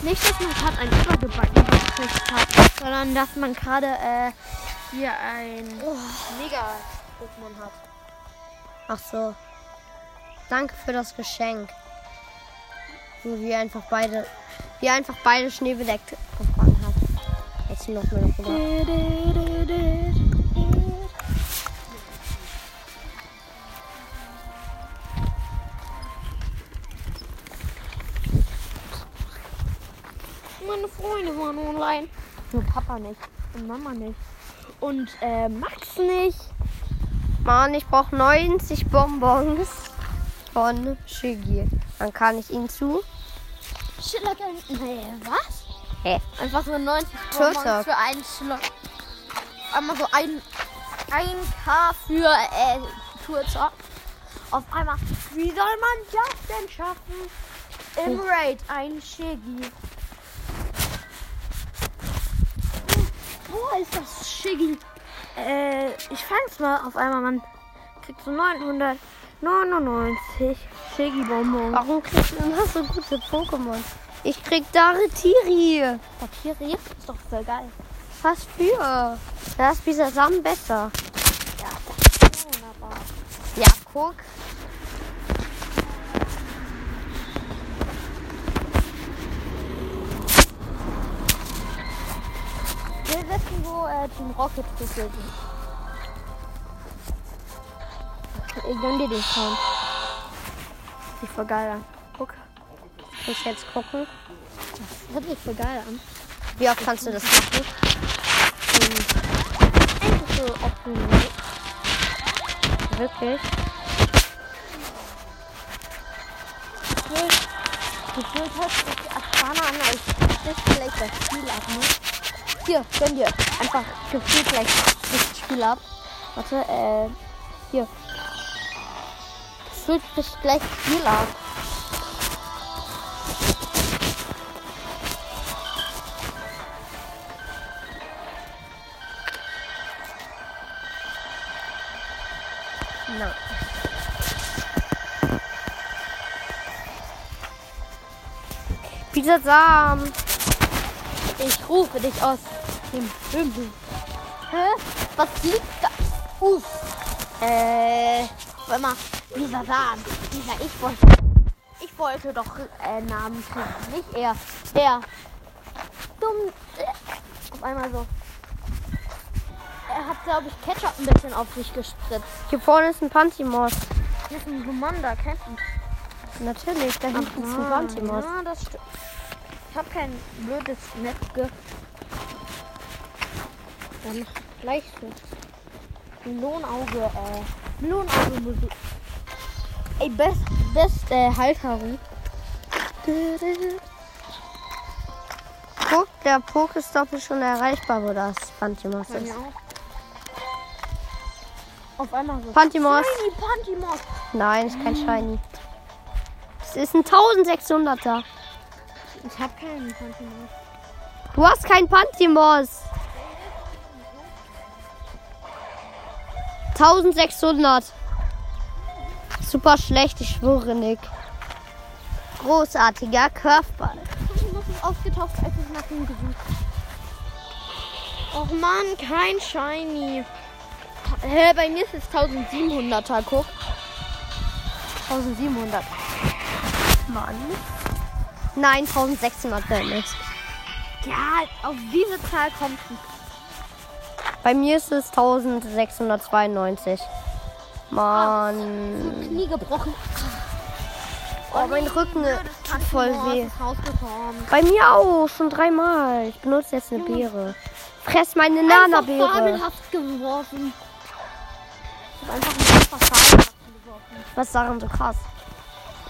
Speaker 2: Nicht, dass man gerade ein übergebackenes gekriegt hat, sondern dass man gerade äh, hier ein Mega-Pokémon hat.
Speaker 1: Ach so. Danke für das Geschenk. Wo wir einfach beide, wir einfach beide schneebedeckt bekommen haben. Jetzt noch mal noch rüber.
Speaker 2: Meine Freunde waren online. Nur Papa nicht. Und Mama nicht. Und äh, Max nicht.
Speaker 1: Mann, ich brauche 90 Bonbons von Shiggy. Dann kann ich ihn zu.
Speaker 2: Schiller Nee, was?
Speaker 1: Hä?
Speaker 2: Einfach so 90
Speaker 1: Turtok.
Speaker 2: Bonbons für einen Schiller. Einmal so ein, ein K für äh, Turtok. Auf einmal. Wie soll man das denn schaffen? Im Raid ein Shiggy. Wo ist das Shiggy? Äh, ich fang's mal auf einmal, Mann.
Speaker 3: kriegst du 999 Shiggy Bonbon.
Speaker 1: Warum kriegst du immer so gute Pokémon? Ich krieg da Retiri.
Speaker 2: Papiri ist doch voll geil.
Speaker 1: Was für? Da ist dieser Samen besser.
Speaker 2: Wunderbar.
Speaker 1: Ja, guck.
Speaker 2: Wir wissen, wo äh, Team Rocket geführt ist.
Speaker 1: Ich gönn dir den Sound. Sieht voll geil an. Guck. Muss ich jetzt gucken.
Speaker 2: Hört sich voll geil an.
Speaker 1: Wie oft kannst du das machen?
Speaker 2: Eigentlich so optimal.
Speaker 1: Wirklich?
Speaker 2: Gefühlt hört sich Asana an, als das vielleicht das Spiel ab, ne? Hier, gönn dir. Einfach gefühlt gleich das Spiel ab. Warte, äh, hier. Gefühlt bis gleich das Spiel ab.
Speaker 1: Nein. Dieser Samen.
Speaker 2: Ich rufe dich aus dem Himmel. Hä? Was liegt da? Uff. Äh, warte mal. Dieser Samen. Dieser, ich wollte. Ich wollte doch äh, Namen kriegen. Nicht er. Der. Dumm. Äh, auf einmal so. Er hat, glaube ich, Ketchup ein bisschen auf sich gespritzt.
Speaker 1: Hier vorne ist ein Pantimos.
Speaker 2: Hier ist ein Humanda, kennt man.
Speaker 1: Natürlich, da hinten ist ein
Speaker 2: Ah,
Speaker 1: Pantimos.
Speaker 2: ja, das stimmt. Ich habe kein blödes Netz ge... Dann gleich so. Melonauge, äh... Melonauge Musik. Ey, best, best äh, Halterung.
Speaker 1: Guck, der Pokestop ist schon erreichbar, wo das Pantimos
Speaker 2: Bei
Speaker 1: ist.
Speaker 2: mir auch. Auf einmal so.
Speaker 1: Pantimos.
Speaker 2: Shiny Pantimos.
Speaker 1: Nein, ist kein Shiny. Es ist ein 1600er.
Speaker 2: Ich habe keinen Pantimos.
Speaker 1: Du hast kein Pantimos. 1600. Super schlecht, ich schwöre, Nick. Großartiger Curveball.
Speaker 2: Pantimos ist aufgetaucht, als ich nach ihm gesucht Och Mann, kein Shiny. Hä, bei mir ist es 1700er, guck.
Speaker 1: 1700. Mann. Nein, 1600 wäre nicht.
Speaker 2: Ja, auf diese Zahl kommt es.
Speaker 1: Bei mir ist es 1692. Mann.
Speaker 2: Knie gebrochen.
Speaker 1: Oh, mein Rücken tut voll weh.
Speaker 2: Rausgekommen.
Speaker 1: Bei mir auch, schon dreimal. Ich benutze jetzt eine Beere. Fress meine
Speaker 2: Einfach
Speaker 1: Nana-Beere.
Speaker 2: fabelhaft geworfen. Ich hab einfach nur einfach fabelhaft geworfen.
Speaker 1: Was ist daran so krass?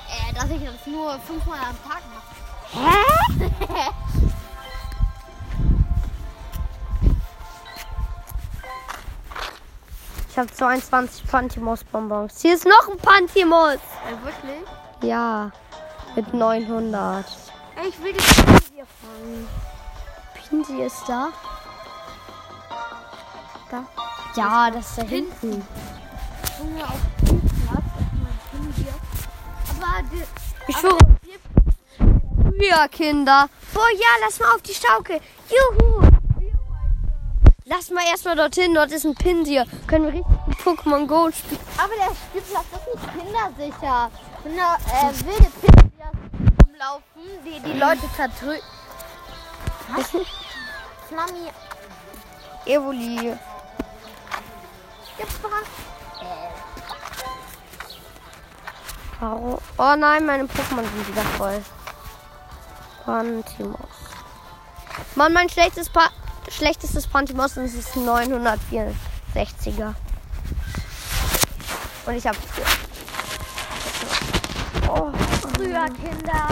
Speaker 2: Äh, dass ich das nur fünfmal am Tag mache.
Speaker 1: Ich habe 22 Pantimos-Bonbons. Hier ist noch ein Pantimos.
Speaker 2: Äh, wirklich?
Speaker 1: Ja, mit 900.
Speaker 2: Ey, ich will die Knie hier fangen.
Speaker 1: Pinsi ist da. Da? Ja, das ist da hinten.
Speaker 2: Junge, auf den Platz. Auf mein Knie hier. Aber die,
Speaker 1: Ich schwöre. Ja, Kinder. Oh ja, lass mal auf die Schaukel. Juhu. Lass mal erstmal dorthin. Dort ist ein Pinsir. Können wir richtig Pokémon Go spielen.
Speaker 2: aber der Spielplatz ist nicht kindersicher. Wenn da äh, wilde Pins wieder rumlaufen, die die Leute zerdrücken. Flammi
Speaker 1: Evoli.
Speaker 2: gebracht.
Speaker 1: Warum? Oh nein, meine Pokémon sind wieder voll. Pantimos. Mann, mein schlechtes pa schlechtestes Pantimos und es ist ein 964er. Und ich habe Oh,
Speaker 2: Früher, Kinder.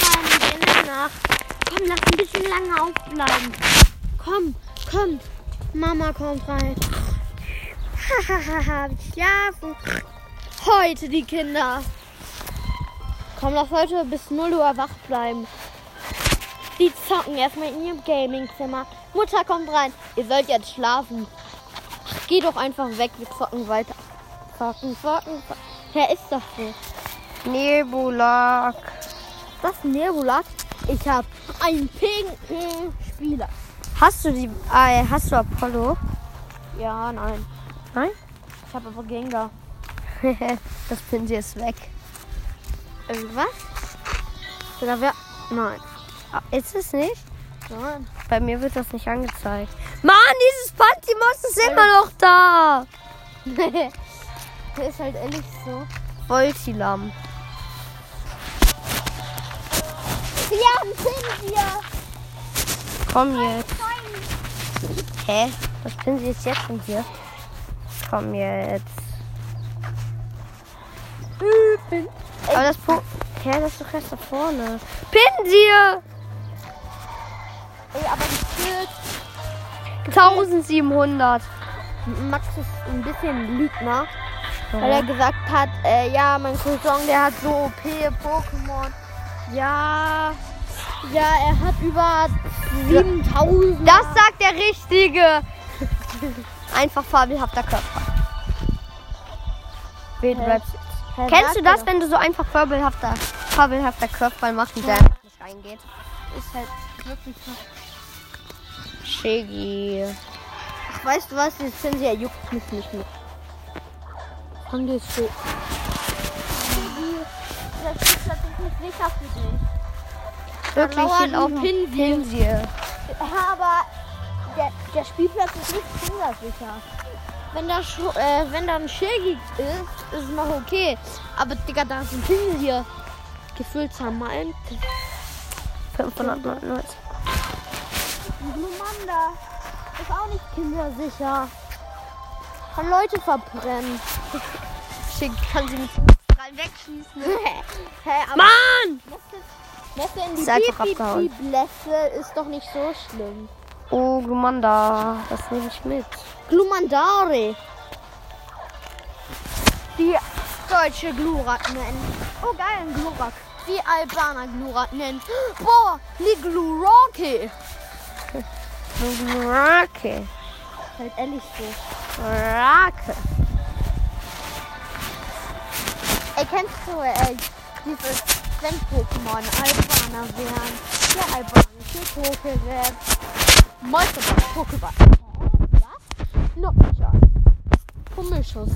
Speaker 2: Komm, in der Nacht. Komm, lass ein bisschen lange aufbleiben. Komm, komm. Mama kommt rein. Hahaha, ich schlafen. Heute die Kinder. Komm, lass heute bis 0 Uhr wach bleiben. Die zocken erstmal in ihrem Gamingzimmer. Mutter kommt rein. Ihr sollt jetzt schlafen. Ach, geh doch einfach weg, wir zocken weiter.
Speaker 1: Facken.
Speaker 2: Sorgen. Ja, ist doch so.
Speaker 1: Nebulak.
Speaker 2: Das Nebulat. Ich habe einen pinken Spieler.
Speaker 1: Hast du die. Äh, hast du Apollo?
Speaker 2: Ja, nein.
Speaker 1: Nein?
Speaker 2: Ich habe aber Gengar.
Speaker 1: das Pinsel ist weg.
Speaker 2: Irgendwas? Oder wer? Nein.
Speaker 1: Ah, Ist es nicht?
Speaker 2: Nein.
Speaker 1: Bei mir wird das nicht angezeigt. Mann, dieses Pantimos ist immer noch da.
Speaker 2: das ist halt ehrlich so.
Speaker 1: Voltilam.
Speaker 2: Wir sind wir.
Speaker 1: Komm jetzt. Hä? Was Pinsel ist jetzt denn hier? Komm jetzt. Aber das Po. Hä, das ist doch erst da vorne. Pinsel!
Speaker 2: Ey, aber gefühlt,
Speaker 1: 1700.
Speaker 2: Max ist ein bisschen Lügner, weil er gesagt hat, äh, ja, mein Cousin, der hat so OP Pokémon. Ja, ja, er hat über 7000.
Speaker 1: Das sagt der Richtige. Einfach fabelhafter Körper. Wen
Speaker 2: Hä?
Speaker 1: raps-
Speaker 2: Herr
Speaker 1: Kennst du
Speaker 2: Werke.
Speaker 1: das, wenn du so einfach fabelhafter, fabelhafter Körper machst und der einfach nicht reingeht?
Speaker 2: Ist halt wirklich so.
Speaker 1: Shiggy.
Speaker 2: Ach, weißt du was, die Zinsi, er juckt mich nicht mehr. Fang dir so. Das ist tatsächlich nicht abgesehen.
Speaker 1: Wirklich
Speaker 2: lauert
Speaker 1: hier auf
Speaker 2: ein
Speaker 1: Pinsel. Pinsel.
Speaker 2: Ja, aber der, der Spielplatz ist nicht kindersicher. Wenn da, Schu- äh, wenn da ein Schägig ist, ist es noch okay. Aber Digga, da ist ein Pinsel hier. Gefühlt zermalmt.
Speaker 1: 599.
Speaker 2: Ein Glumanda ist auch nicht kindersicher. Kann Leute verbrennen.
Speaker 1: Shiggy kann sie mit rein wegschießen.
Speaker 2: Hey, aber
Speaker 1: Mann!
Speaker 2: Neffe in die
Speaker 1: Ist einfach abgehauen.
Speaker 2: Pipi-Blässe ist doch nicht so schlimm.
Speaker 1: Oh, Glumanda. Das nehme ich mit.
Speaker 2: Glumandare. Die deutsche Glurak nennen. Oh geil, ein Glurak. Die Albaner Glurak nennen. Boah, die Glurake.
Speaker 1: Glurake.
Speaker 2: Halt ehrlich so.
Speaker 1: Rake.
Speaker 2: Ey, kennst du äh, dieses, wenn Pokémon Albaner wären? Der albanische Pokéball. Meisterball, Pokéball. Was? Noppenschal. Pummelschuss.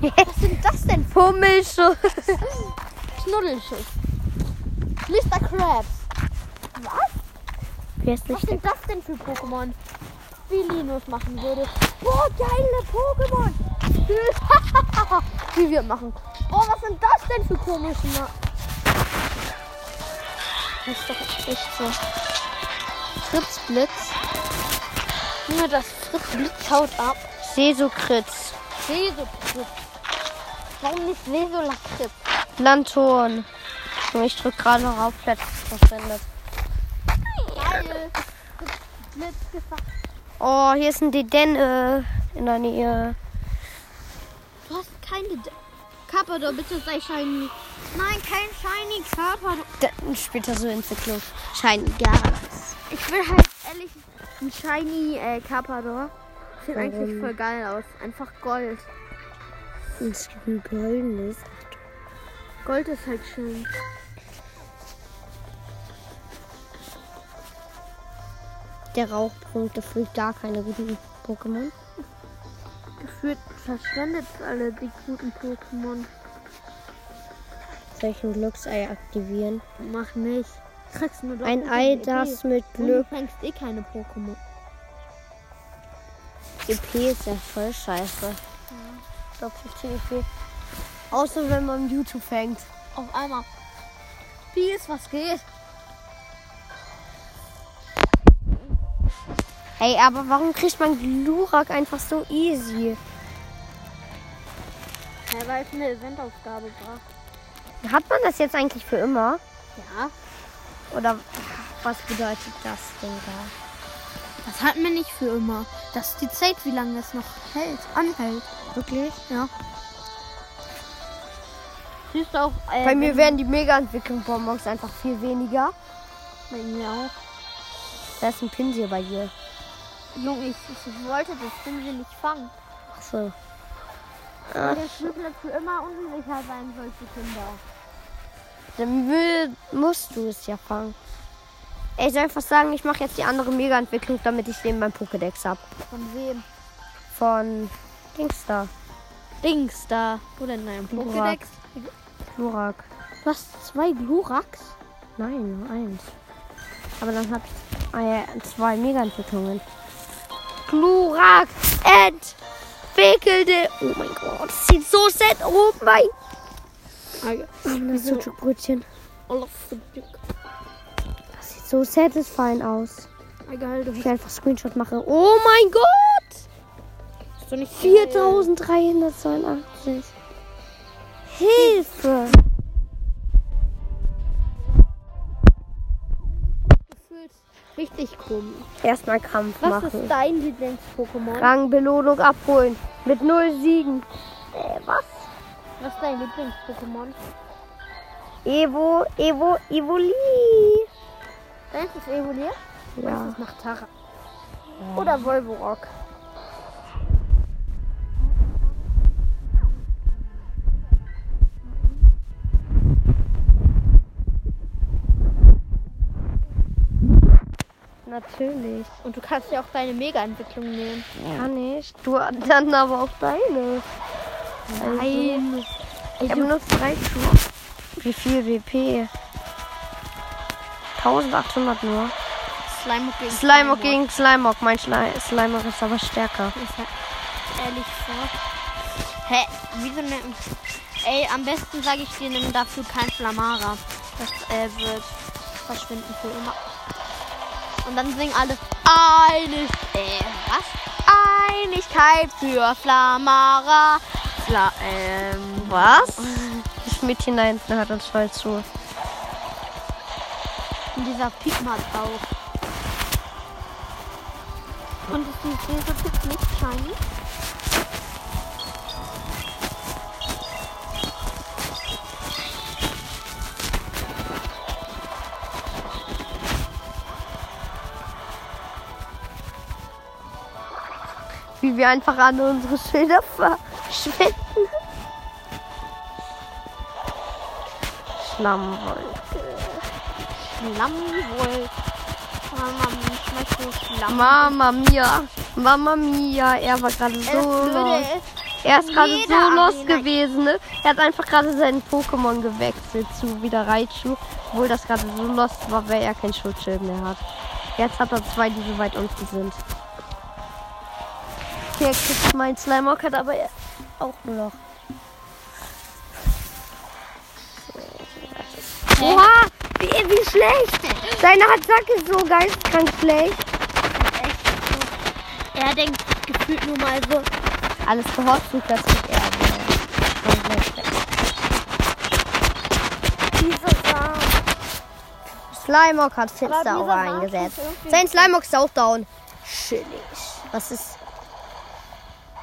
Speaker 2: Was sind das denn
Speaker 1: Pummelschuss.
Speaker 2: Knuddelschuss. Mr. Krabs. Was?
Speaker 1: Wer ist
Speaker 2: Was
Speaker 1: nicht
Speaker 2: sind das denn für Pokémon? Wie Linus machen würde. Boah, geile Pokémon. Wie wir machen. Boah, was sind das denn für komische Na Das ist doch echt so. Fritzblitz. Nur das Fritzblitz haut ab.
Speaker 1: Sesokritz.
Speaker 2: Wesolakritz. Warum nicht Wesolakritz?
Speaker 1: Lanton. Junge, Ich drück gerade noch auf Platz verschwendet.
Speaker 2: Geil. Blitz gefahren.
Speaker 1: Oh, hier ist ein Deden äh, in der Nähe.
Speaker 2: Du hast keine D- Carpador, bitte sei shiny. Nein, kein shiny Carpador.
Speaker 1: Dann später so Entwicklung. Scheint
Speaker 2: Ich will halt ehrlich ein shiny äh, Carpador.
Speaker 1: Äh,
Speaker 2: Sieht
Speaker 1: ähm.
Speaker 2: eigentlich voll geil aus. Einfach Gold.
Speaker 1: Es gibt ein goldenes.
Speaker 2: Gold ist halt schön.
Speaker 1: Der Rauchpunkt, der fühlt gar keine guten Pokémon.
Speaker 2: Gefühlt verschwendet alle die guten Pokémon.
Speaker 1: Soll ich ein Glücksei aktivieren?
Speaker 2: Mach nicht. Kriegst nur doch
Speaker 1: Ein
Speaker 2: nicht
Speaker 1: Ei,
Speaker 2: die
Speaker 1: das
Speaker 2: Idee.
Speaker 1: mit
Speaker 2: Und du
Speaker 1: Glück
Speaker 2: fängst eh keine Pokémon.
Speaker 1: EP E ist ja voll scheiße. Ich glaube, TP. Außer wenn man YouTube fängt.
Speaker 2: Auf einmal. Wie ist was geht?
Speaker 1: Hey, aber warum kriegt man Glurak einfach so easy?
Speaker 2: Ja, weil es eine Eventaufgabe braucht.
Speaker 1: Hat man das jetzt eigentlich für immer?
Speaker 2: Ja.
Speaker 1: Oder was bedeutet das denn da?
Speaker 2: Das hat mir nicht für immer. Das ist die Zeit, wie lange es noch hält, anhält.
Speaker 1: Wirklich?
Speaker 2: Ja. Siehst du auch. Äh,
Speaker 1: Bei mir werden die Mega-Entwicklung-Bonbons einfach viel weniger.
Speaker 2: Bei mir auch.
Speaker 1: Da ist ein Pinsel bei dir.
Speaker 2: Junge, ich, ich wollte das Pinsel nicht fangen.
Speaker 1: Ach so.
Speaker 2: Weil der Spielplatz für immer unsicher sein soll für Kinder.
Speaker 1: Dann will, musst du es ja fangen. Ey, Ich soll einfach sagen, ich mache jetzt die andere Mega-Entwicklung, damit ich den beim Pokédex hab.
Speaker 2: Von wem?
Speaker 1: Von Dings da,
Speaker 3: Dings da. Oder nein, Pokédex.
Speaker 1: Glurak.
Speaker 3: Was? Zwei Gluraks?
Speaker 1: Nein, nur eins. Aber dann hab ich ah ja, zwei Mega-Entwicklungen. Glurak entwickelte. Oh mein Gott, das sieht so sad. Oh mein Das Sucuk-Brötchen.
Speaker 2: oh,
Speaker 1: Das sieht so satisfying aus.
Speaker 3: Egal, du
Speaker 1: Ich einfach Screenshot mache. Oh mein Gott!
Speaker 3: hast du nicht
Speaker 1: 4382. Hilfe!
Speaker 3: gefühlt richtig komisch.
Speaker 1: Erstmal Kampf
Speaker 2: Was
Speaker 1: machen.
Speaker 2: ist dein Lieblings-Pokémon?
Speaker 1: Rangbelohnung abholen. Mit null Siegen. Äh, was?
Speaker 2: Was ist dein Lieblings-Pokémon?
Speaker 1: Evo, Evo, Evoli.
Speaker 2: Deins ist Evolier
Speaker 1: Ja.
Speaker 2: macht Tara. Oder Volvorok.
Speaker 1: Natürlich.
Speaker 2: Und du kannst ja auch deine Mega-Entwicklung nehmen.
Speaker 1: Kann ich. Du dann aber auch deine.
Speaker 3: Nein.
Speaker 1: Ich habe nur drei Schuhe. Wie viel WP? 1800 nur.
Speaker 3: Slime gegen
Speaker 1: Slimeock gegen Slimeock. Mein Schli- Slimeock ist aber stärker.
Speaker 2: Ich sag
Speaker 3: Ehrlich so. Hä? Wieso nimm. Ey, am besten sage ich dir, nimm dafür kein Flamara. Das äh, wird verschwinden für immer. Und dann singen alle Einig. Äh, was? Einigkeit für Flamara. Fla ähm, was?
Speaker 1: Das Mädchen da hinten hat uns voll zu.
Speaker 3: Und dieser Pigmat auch.
Speaker 2: Und ist die diese Pip nicht shiny?
Speaker 1: Wie wir einfach an unsere Schilder verschwinden. Schlammwoll.
Speaker 3: Schlammwohl. Mama, ich möchte so Schlamm.
Speaker 1: Mama mia. Mama mia. Er war gerade
Speaker 2: Ey, das
Speaker 1: so
Speaker 2: Blöde
Speaker 1: los.
Speaker 2: ist,
Speaker 1: Er ist gerade
Speaker 2: jeder
Speaker 1: so los
Speaker 2: Arena-
Speaker 1: gewesen. Ne? Er hat einfach gerade seinen Pokémon gewechselt zu wieder Raichu. Obwohl das gerade so los war, weil er kein Schutzschild mehr hat. Jetzt hat er zwei, die so weit unten sind. Hier kriegt mein Slimeock hat aber auch nur noch. Oha! Wie, wie schlecht! Seine Attacke ist so geisteskrank schlecht.
Speaker 2: er denkt gefühlt nur mal so,
Speaker 1: Alles gehorcht, dass ich er.
Speaker 2: diese Sache.
Speaker 1: Slimeock hat
Speaker 2: Aber
Speaker 1: Finster
Speaker 2: dieser
Speaker 1: auch
Speaker 2: Markt
Speaker 1: eingesetzt.
Speaker 2: ist irgendwie-
Speaker 1: Sein Slimeock ist auch down. Chillig. Was ist,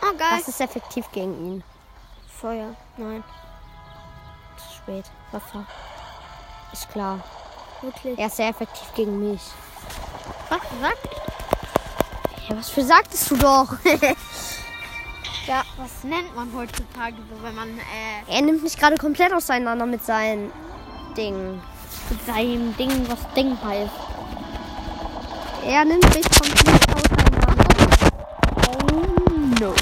Speaker 2: Oh, geil.
Speaker 1: was ist effektiv gegen ihn?
Speaker 2: Feuer. Nein,
Speaker 1: Zu spät. Wasser. Ist klar.
Speaker 2: wirklich.
Speaker 1: Er ist sehr effektiv gegen mich.
Speaker 2: Was sagt?
Speaker 1: Ja, was für sagtest du doch?
Speaker 2: Ja, was nennt man heutzutage so, wenn man äh,
Speaker 1: er nimmt mich gerade komplett auseinander mit seinen Dingen.
Speaker 2: mit seinem Ding, was Ding heißt?
Speaker 1: Er nimmt mich komplett auseinander. Oh no.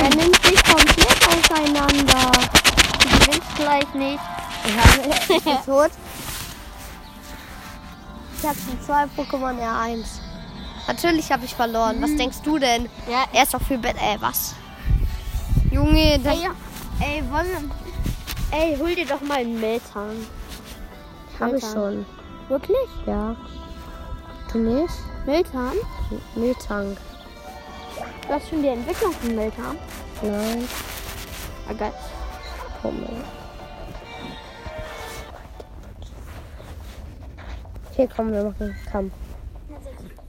Speaker 1: Er nimmt mich komplett auseinander.
Speaker 2: Du gewinnst gleich nicht.
Speaker 1: Ja, ich bin tot. Ich hab schon zwei Pokémon R1. Natürlich habe ich verloren. Was denkst du denn?
Speaker 2: Ja.
Speaker 1: Er ist doch viel besser. Äh, was? Junge, da
Speaker 2: Ey, ja. ey, wollen Ey, hol dir doch mal einen Meltan.
Speaker 1: hab ich
Speaker 2: Alter.
Speaker 1: schon.
Speaker 2: Wirklich?
Speaker 1: Ja. Du nicht?
Speaker 2: Meltan?
Speaker 1: Miltank.
Speaker 2: Du hast schon die Entwicklung von Meltan.
Speaker 1: Nein.
Speaker 2: Ah, geil.
Speaker 1: Pommel. Hier kommen wir machen Kampf.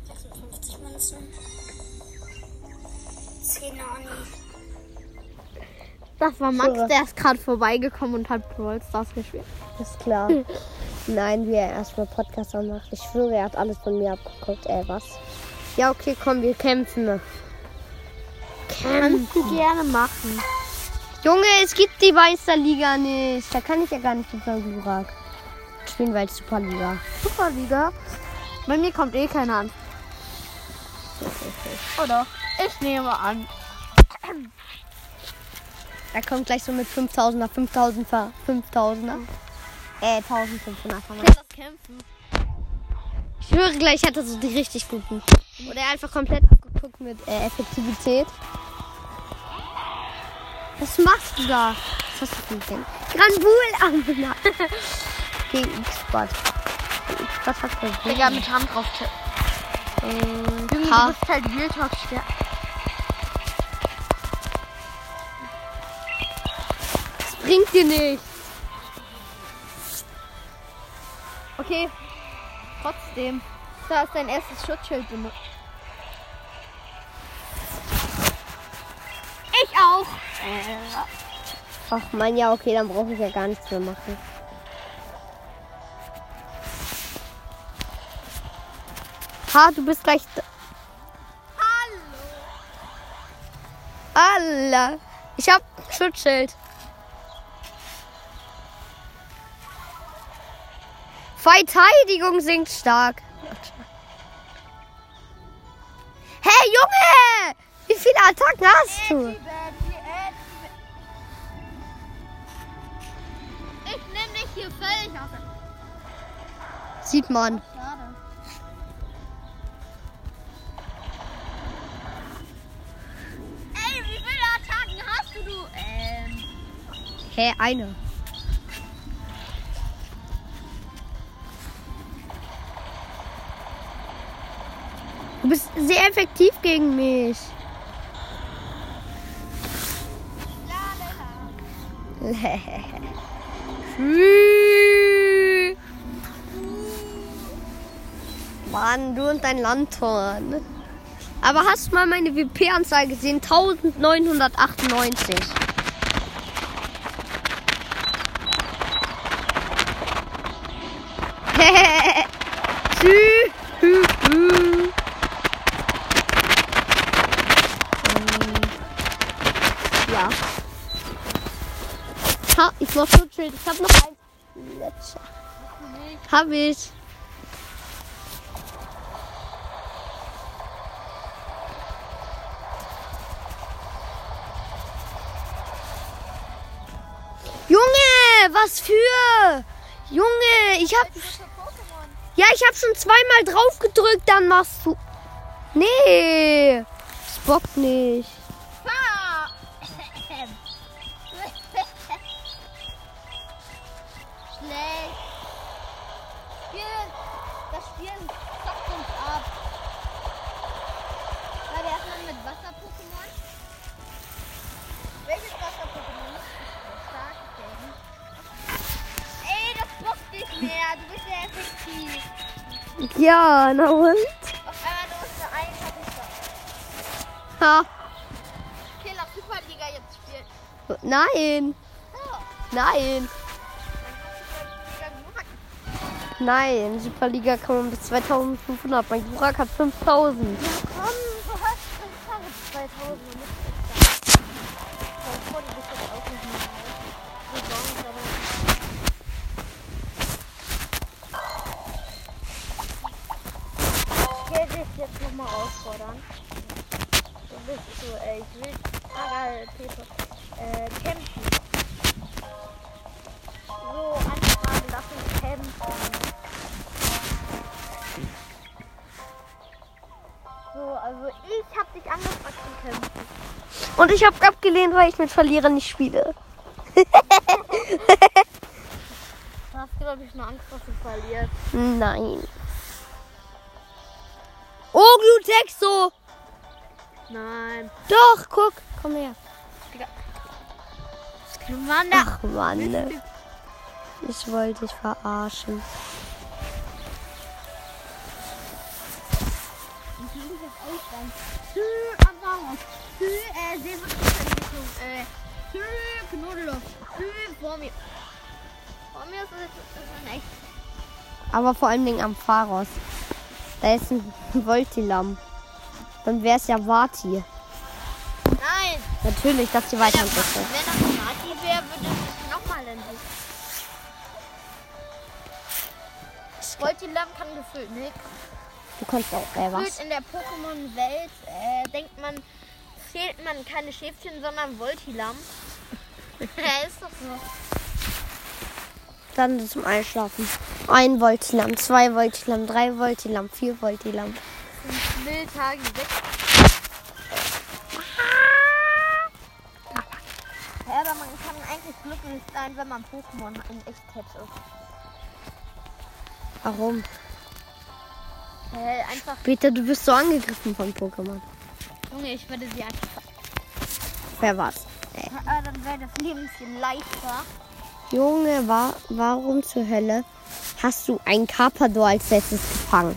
Speaker 4: 56 Münzen. 10er Oni.
Speaker 2: Das war Max,
Speaker 1: Sure.
Speaker 2: der ist gerade vorbeigekommen und hat Brawl Stars gespielt.
Speaker 1: Ist klar. Nein, wie er erstmal Podcast anmacht. Ich schwöre, er hat alles von mir abgeguckt. Ey, was? Ja, okay, komm, wir kämpfen.
Speaker 3: Kannst
Speaker 2: Mhm.
Speaker 3: du gerne machen.
Speaker 1: Junge, es gibt die Meisterliga nicht. Da kann ich ja gar nicht mit meinem Glurak spielen, weil es Superliga.
Speaker 3: Superliga. Bei mir kommt eh keiner an. Oder? Ich nehme an.
Speaker 1: Da kommt gleich so mit 5000er, 5000er, 5000er. Äh, 1500.
Speaker 3: Das kämpfen.
Speaker 1: Ich höre gleich, hat er so die richtig guten. Oder einfach komplett abgeguckt mit äh, Effektivität. Was machst du da? Was hast du denn? Granbul an. Gegen X-Bot. X-Bot hat gewonnen.
Speaker 3: Digga, mit Hand drauf tippen. Junge,
Speaker 1: Ha.
Speaker 3: du bist halt Real Talk schwer.
Speaker 1: Das bringt dir nichts. Okay.
Speaker 3: Trotzdem. Du hast dein erstes Schutzschild benutzt. Ich auch. Äh.
Speaker 1: Ach man, ja, okay, dann brauche ich ja gar nichts mehr machen. Ha, du bist gleich. d- Hallo! Allah! Ich hab Schutzschild. Verteidigung sinkt stark. Hey Junge! Wie viele Attacken hast du?
Speaker 2: Ich nehme dich hier völlig aus. der-
Speaker 1: Sieht man.
Speaker 2: Schade. Ey, wie viele Attacken hast du, du? Ähm.
Speaker 1: Hä, eine. Du bist sehr effektiv gegen mich. Tschüss. Mann, du und dein Landhorn. Aber hast du mal meine WP-Anzahl gesehen? 1998. Tschüss. Ja. Ha, ich war schon schön. Ich hab noch eins. Letzter. Hab ich. Junge, was für? Junge, ich hab. Ja, ich hab schon zweimal drauf gedrückt, dann machst du. Nee, das bockt nicht.
Speaker 2: Schlecht. Spiel, das Spiel fuckt uns ab. Weil wir erstmal mit Wasser-Pokémon. Welches Wasser-Pokémon ist so stark denn? Ey, das bockt nicht mehr. Du bist ja effektiv.
Speaker 1: Ja, na und?
Speaker 2: Auf einmal du musst nur einen Versuch.
Speaker 1: Ha,
Speaker 2: Okay, lass Superliga jetzt spielen.
Speaker 1: nein,
Speaker 2: So,
Speaker 1: nein,
Speaker 2: dann kannst du Superliga nur
Speaker 1: nein. Superliga kann man bis 2500. Mein Jurak hat 5000.
Speaker 2: Komm, du hast schon fast 2000 und nicht extra. Voll du bist jetzt auch nicht mehr alt. Wir brauchen es aber nicht. Ich will dich jetzt nochmal ausfordern. Du bist so, ey, ich will Aral Pepe äh, kämpfen. So, anfragen, lass uns kämpfen. So, also ich hab dich angefragt zu kämpfen.
Speaker 1: Und ich habe abgelehnt, weil ich mit Verlierern nicht spiele.
Speaker 2: Du hast, glaube ich, nur Angst, dass du verlierst.
Speaker 1: Nein. Oh, Glutexo!
Speaker 2: Nein.
Speaker 1: Doch, guck. Komm her.
Speaker 2: Mann, da
Speaker 1: Ach, Mann. ne. Ich wollte dich verarschen.
Speaker 2: Tü, Anfang. Tü, äh, Seemannsverletzung. Äh, Tü, Knodeloch. Tü, vor mir. Vor mir ist es ist echt.
Speaker 1: Aber vor allem Dingen am Pharos. Da ist ein Voltilam. Dann wär's ja Vati.
Speaker 2: Nein.
Speaker 1: Natürlich, dass die weiterentwickelt.
Speaker 2: Wenn das Party wäre, würde ich nochmal entwickeln. Wollt ihr Lamp kann gefüllt, ne?
Speaker 1: Du kannst auch, äh, was?
Speaker 2: Gefühlt in der Pokémon-Welt äh, denkt man, zählt man keine Schäfchen, sondern Voltilam. ja, ist doch so.
Speaker 1: Dann zum Einschlafen. Ein Voltilam, zwei Voltilam, drei Voltilam, vier Voltilam.
Speaker 2: Will Tage weg. Ah!
Speaker 5: Ja, aber man kann eigentlich glücklich sein, wenn man Pokémon in Echtcat ist.
Speaker 1: Warum?
Speaker 2: Äh, einfach,
Speaker 1: Peter, du wirst so angegriffen von Pokémon.
Speaker 2: Junge, ich würde sie einfach.
Speaker 1: Wer war's?
Speaker 5: Ja, dann wäre das Leben viel leichter.
Speaker 1: Junge, wa warum zur Hölle hast du einen Carpador als letztes gefangen?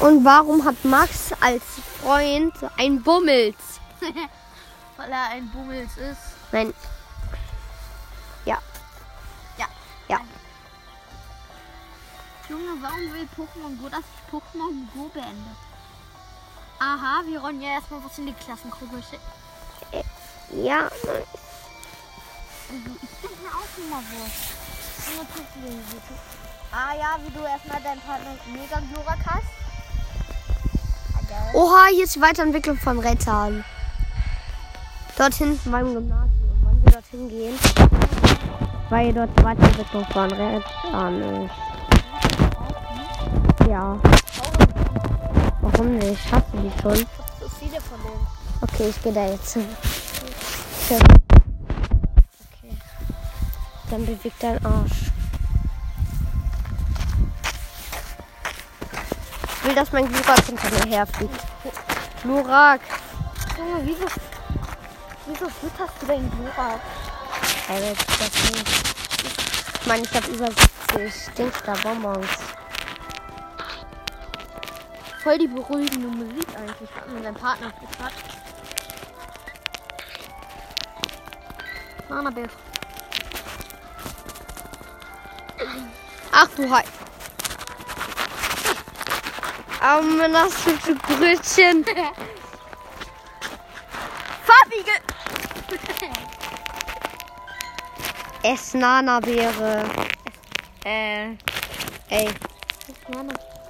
Speaker 1: Und warum hat Max als Freund ein Bummels?
Speaker 2: Weil er ein Bummels ist.
Speaker 1: Nein. Ja.
Speaker 2: Ja.
Speaker 1: Ja.
Speaker 2: Junge, warum will Pokémon Go, dass ich Pokémon Go beende? Aha, wir rollen ja erstmal was in die Klassengruppe schicken.
Speaker 1: Ja.
Speaker 5: Ah ja, wie du erstmal deinen Partner mega Glurak hast.
Speaker 1: Oha, hier ist die Weiterentwicklung von Rettern. Dort hinten beim Gymnasium. Wollen wir dorthin gehen? Weil dort die Weiterentwicklung von Rettern ist. Ja. Warum nicht? Hast du die schon?
Speaker 5: So viele von denen.
Speaker 1: Okay, ich gehe da jetzt hin. Okay. Dann bewegt dein Arsch. Ich will, dass mein Glurak hinter mir herfliegt. Glurak!
Speaker 5: Junge, wieso, wieso fütterst du deinen Glurak?
Speaker 1: Ey, wer tut das nicht? Ich meine, ich habe über 70 Dings da Bonbons.
Speaker 5: Voll die beruhigende Musik eigentlich, hat mir dein Partner gefragt. Manabell.
Speaker 1: Ach du Hei. Ähm, das hübsche Brötchen.
Speaker 5: Farbige!
Speaker 1: Ess Nana-Beere.
Speaker 2: Äh.
Speaker 1: Ey,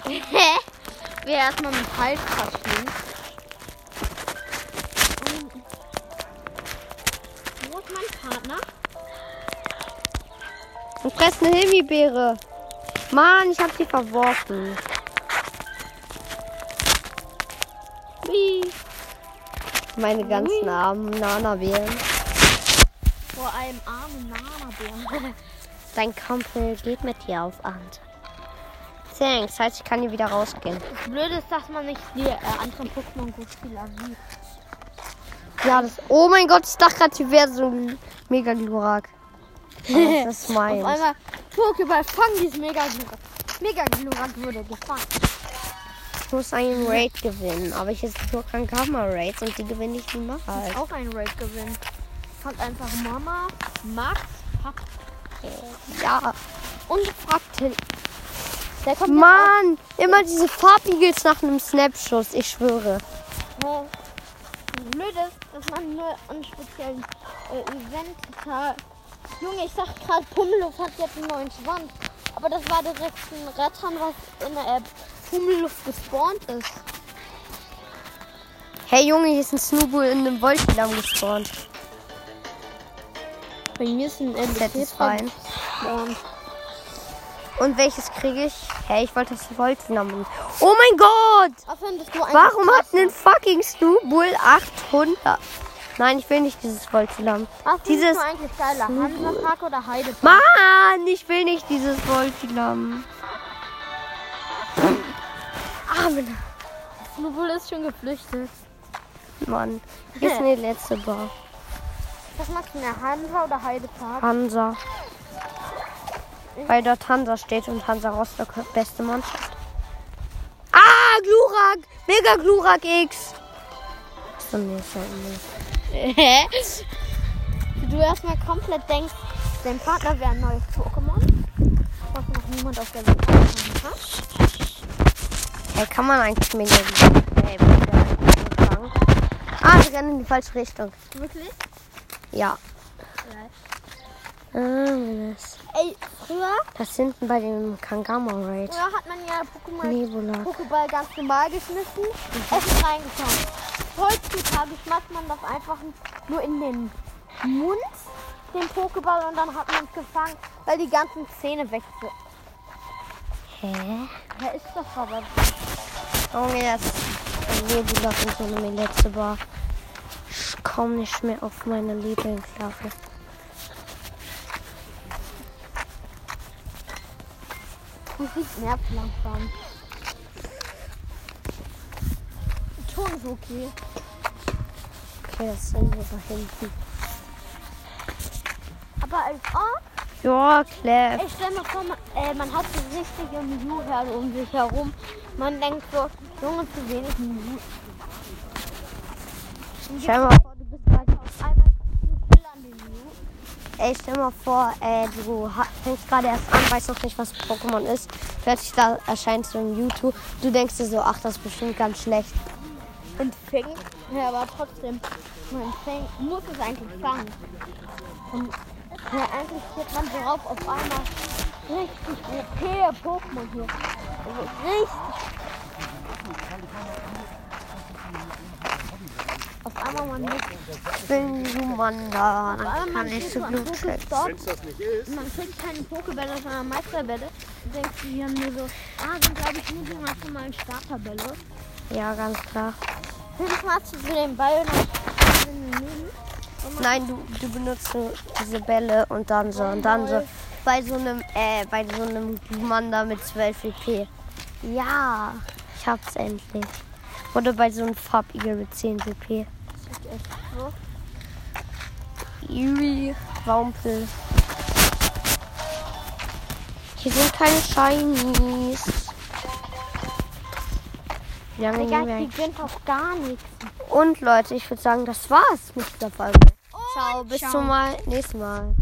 Speaker 2: Hä? Wir erstmal mit Falsch verstehen. Wo ist mein Partner?
Speaker 1: und fress eine Himbeere. Mann, ich hab sie verworfen. Wie? Meine ganzen armen Nana-Beeren.
Speaker 2: Vor einem armen Nanabär.
Speaker 1: Dein Kumpel geht mit dir auf Abend. Thanks, heißt, ich kann hier wieder rausgehen.
Speaker 2: Das Blöde ist, dass man nicht die äh, anderen Pokémon-Go-Spieler sieht.
Speaker 1: Ja, das. Oh mein Gott, ich dachte gerade, hier wäre so ein mega Glurak. Aber Das ist
Speaker 2: Auf
Speaker 1: meins.
Speaker 2: einmal, Pokéball, fang dieses Mega-Glurak. Mega-Glurak würde gefangen.
Speaker 1: Ich muss einen Raid gewinnen, aber ich jetzt nur kein Karma Raids und die gewinne ich niemals.
Speaker 2: Auch ein Raid gewinnen. Fand einfach Mama, Max, Papa.
Speaker 1: Ja.
Speaker 2: Ungefragt hin. Der kommt
Speaker 1: Mann, immer diese Farbigels nach einem Snapschuss, ich schwöre.
Speaker 2: Wo blöd ist, dass man nur einen speziellen äh, Event hat. Junge, ich sag gerade, Pummeluff hat jetzt einen neuen Schwanz. Aber das war direkt ein Rettern, was in der App Pummeluff gespawnt ist.
Speaker 1: Hey Junge, hier ist ein Snowball in einem Wolkendamm gespawnt.
Speaker 2: Bei mir ist ein
Speaker 1: Satisfying.
Speaker 2: Ähm,
Speaker 1: Und welches kriege ich? Hey, ich wollte das Wolkendamm. Oh mein Gott!
Speaker 2: was findest du eigentlich
Speaker 1: Warum hat
Speaker 2: krasser?
Speaker 1: ein fucking Snowball 800? Nein, ich will nicht dieses Wolkendamm.
Speaker 2: was findest
Speaker 1: dieses-
Speaker 2: du eigentlich geiler? Hansapark oder Heidepark?
Speaker 1: Mann, ich will nicht dieses Wolkendamm. Arme
Speaker 2: Snowball ist schon geflüchtet.
Speaker 1: Mann. Hier ist eine letzte Bar.
Speaker 2: Was magst du mehr, Hansa oder Heidepark?
Speaker 1: Hansa. Weil dort Hansa steht und Hansa Rostock beste Mannschaft. Ah, Glurak! Mega Glurak X! So, nee, so, nee.
Speaker 2: Hä? du erstmal komplett denkst, dein Partner wäre ein neues Pokémon. Was noch niemand auf der Welt angefangen hat.
Speaker 1: Hey, kann man eigentlich mega Glurak? Hey, mega Glurak. Ah, renn in die falsche Richtung.
Speaker 2: Wirklich?
Speaker 1: Ja. Ähm, Das
Speaker 2: Ey, früher,
Speaker 1: das hinten bei dem Kangama Raid.
Speaker 2: früher hat man ja Pokémon
Speaker 1: Nebula.
Speaker 2: Pokéball ganz normal geschmissen, es ist reingekommen. Heutzutage schmeißt man das einfach nur in den Mund, den Pokéball, und dann hat man es gefangen, weil die ganzen Zähne weg sind.
Speaker 1: Hä?
Speaker 2: Da ist doch aber.
Speaker 1: Junge, jetzt ist Nebula von so eine letzte Bar. Ich komme nicht mehr auf meine Lieblingsklappe.
Speaker 2: Musik nervt langsam. Ton ist okay.
Speaker 1: Okay, das sind wir da hinten.
Speaker 2: Aber als ob,
Speaker 1: Ja, Clef.
Speaker 2: ich stell mir vor, man, äh, man hat so richtige Miuherde um sich herum. Man denkt so, Junge, zu wenig Miu.
Speaker 1: Stell mal,
Speaker 2: Du bist weiter auf einmal so viel an den Miu.
Speaker 1: ey, stell mal vor, ey, du ha- fängst gerade erst an, weißt noch nicht, was Pokémon ist. Plötzlich da erscheinst du im Mewtwo. Du denkst dir so, ach, das ist bestimmt ganz schlecht.
Speaker 2: Und fängt. Ja, aber trotzdem, man fängt, muss es eigentlich fangen. Und ja, eigentlich wird man darauf auf einmal richtig OP Pokémon hier. Also richtig. Auf einmal man muss
Speaker 1: Ich bin Jumanda,
Speaker 2: auf einmal
Speaker 1: dann
Speaker 2: man
Speaker 1: kann ich
Speaker 2: kriegt
Speaker 1: zu
Speaker 2: so einen
Speaker 1: Blut checken.
Speaker 2: Pokéstop
Speaker 6: Wenn es das nicht ist,
Speaker 2: und man kriegt keine Pokébälle, sondern Meisterbälle. Und denkst du hier nur so, ah, sind glaube ich nur die maximalen Starterbälle.
Speaker 1: Ja, ganz klar.
Speaker 2: Fünf Mal zu den Ball
Speaker 1: Nein, du, du benutzt so diese Bälle und dann so und dann so. Bei so einem, äh, bei so einem Mann da mit 12 EP. Ja, ich hab's endlich. Oder bei so einem Farbigel mit E 10 EP. Juri, Wampel. Hier sind keine Shinies. Wie lange
Speaker 2: Digga,
Speaker 1: nehmen wir
Speaker 2: die
Speaker 1: eigentlich?
Speaker 2: sind doch gar nichts.
Speaker 1: Und Leute, ich würde sagen, das war's mit dieser Folge. Ciao, bis zum Mal, nächsten Mal.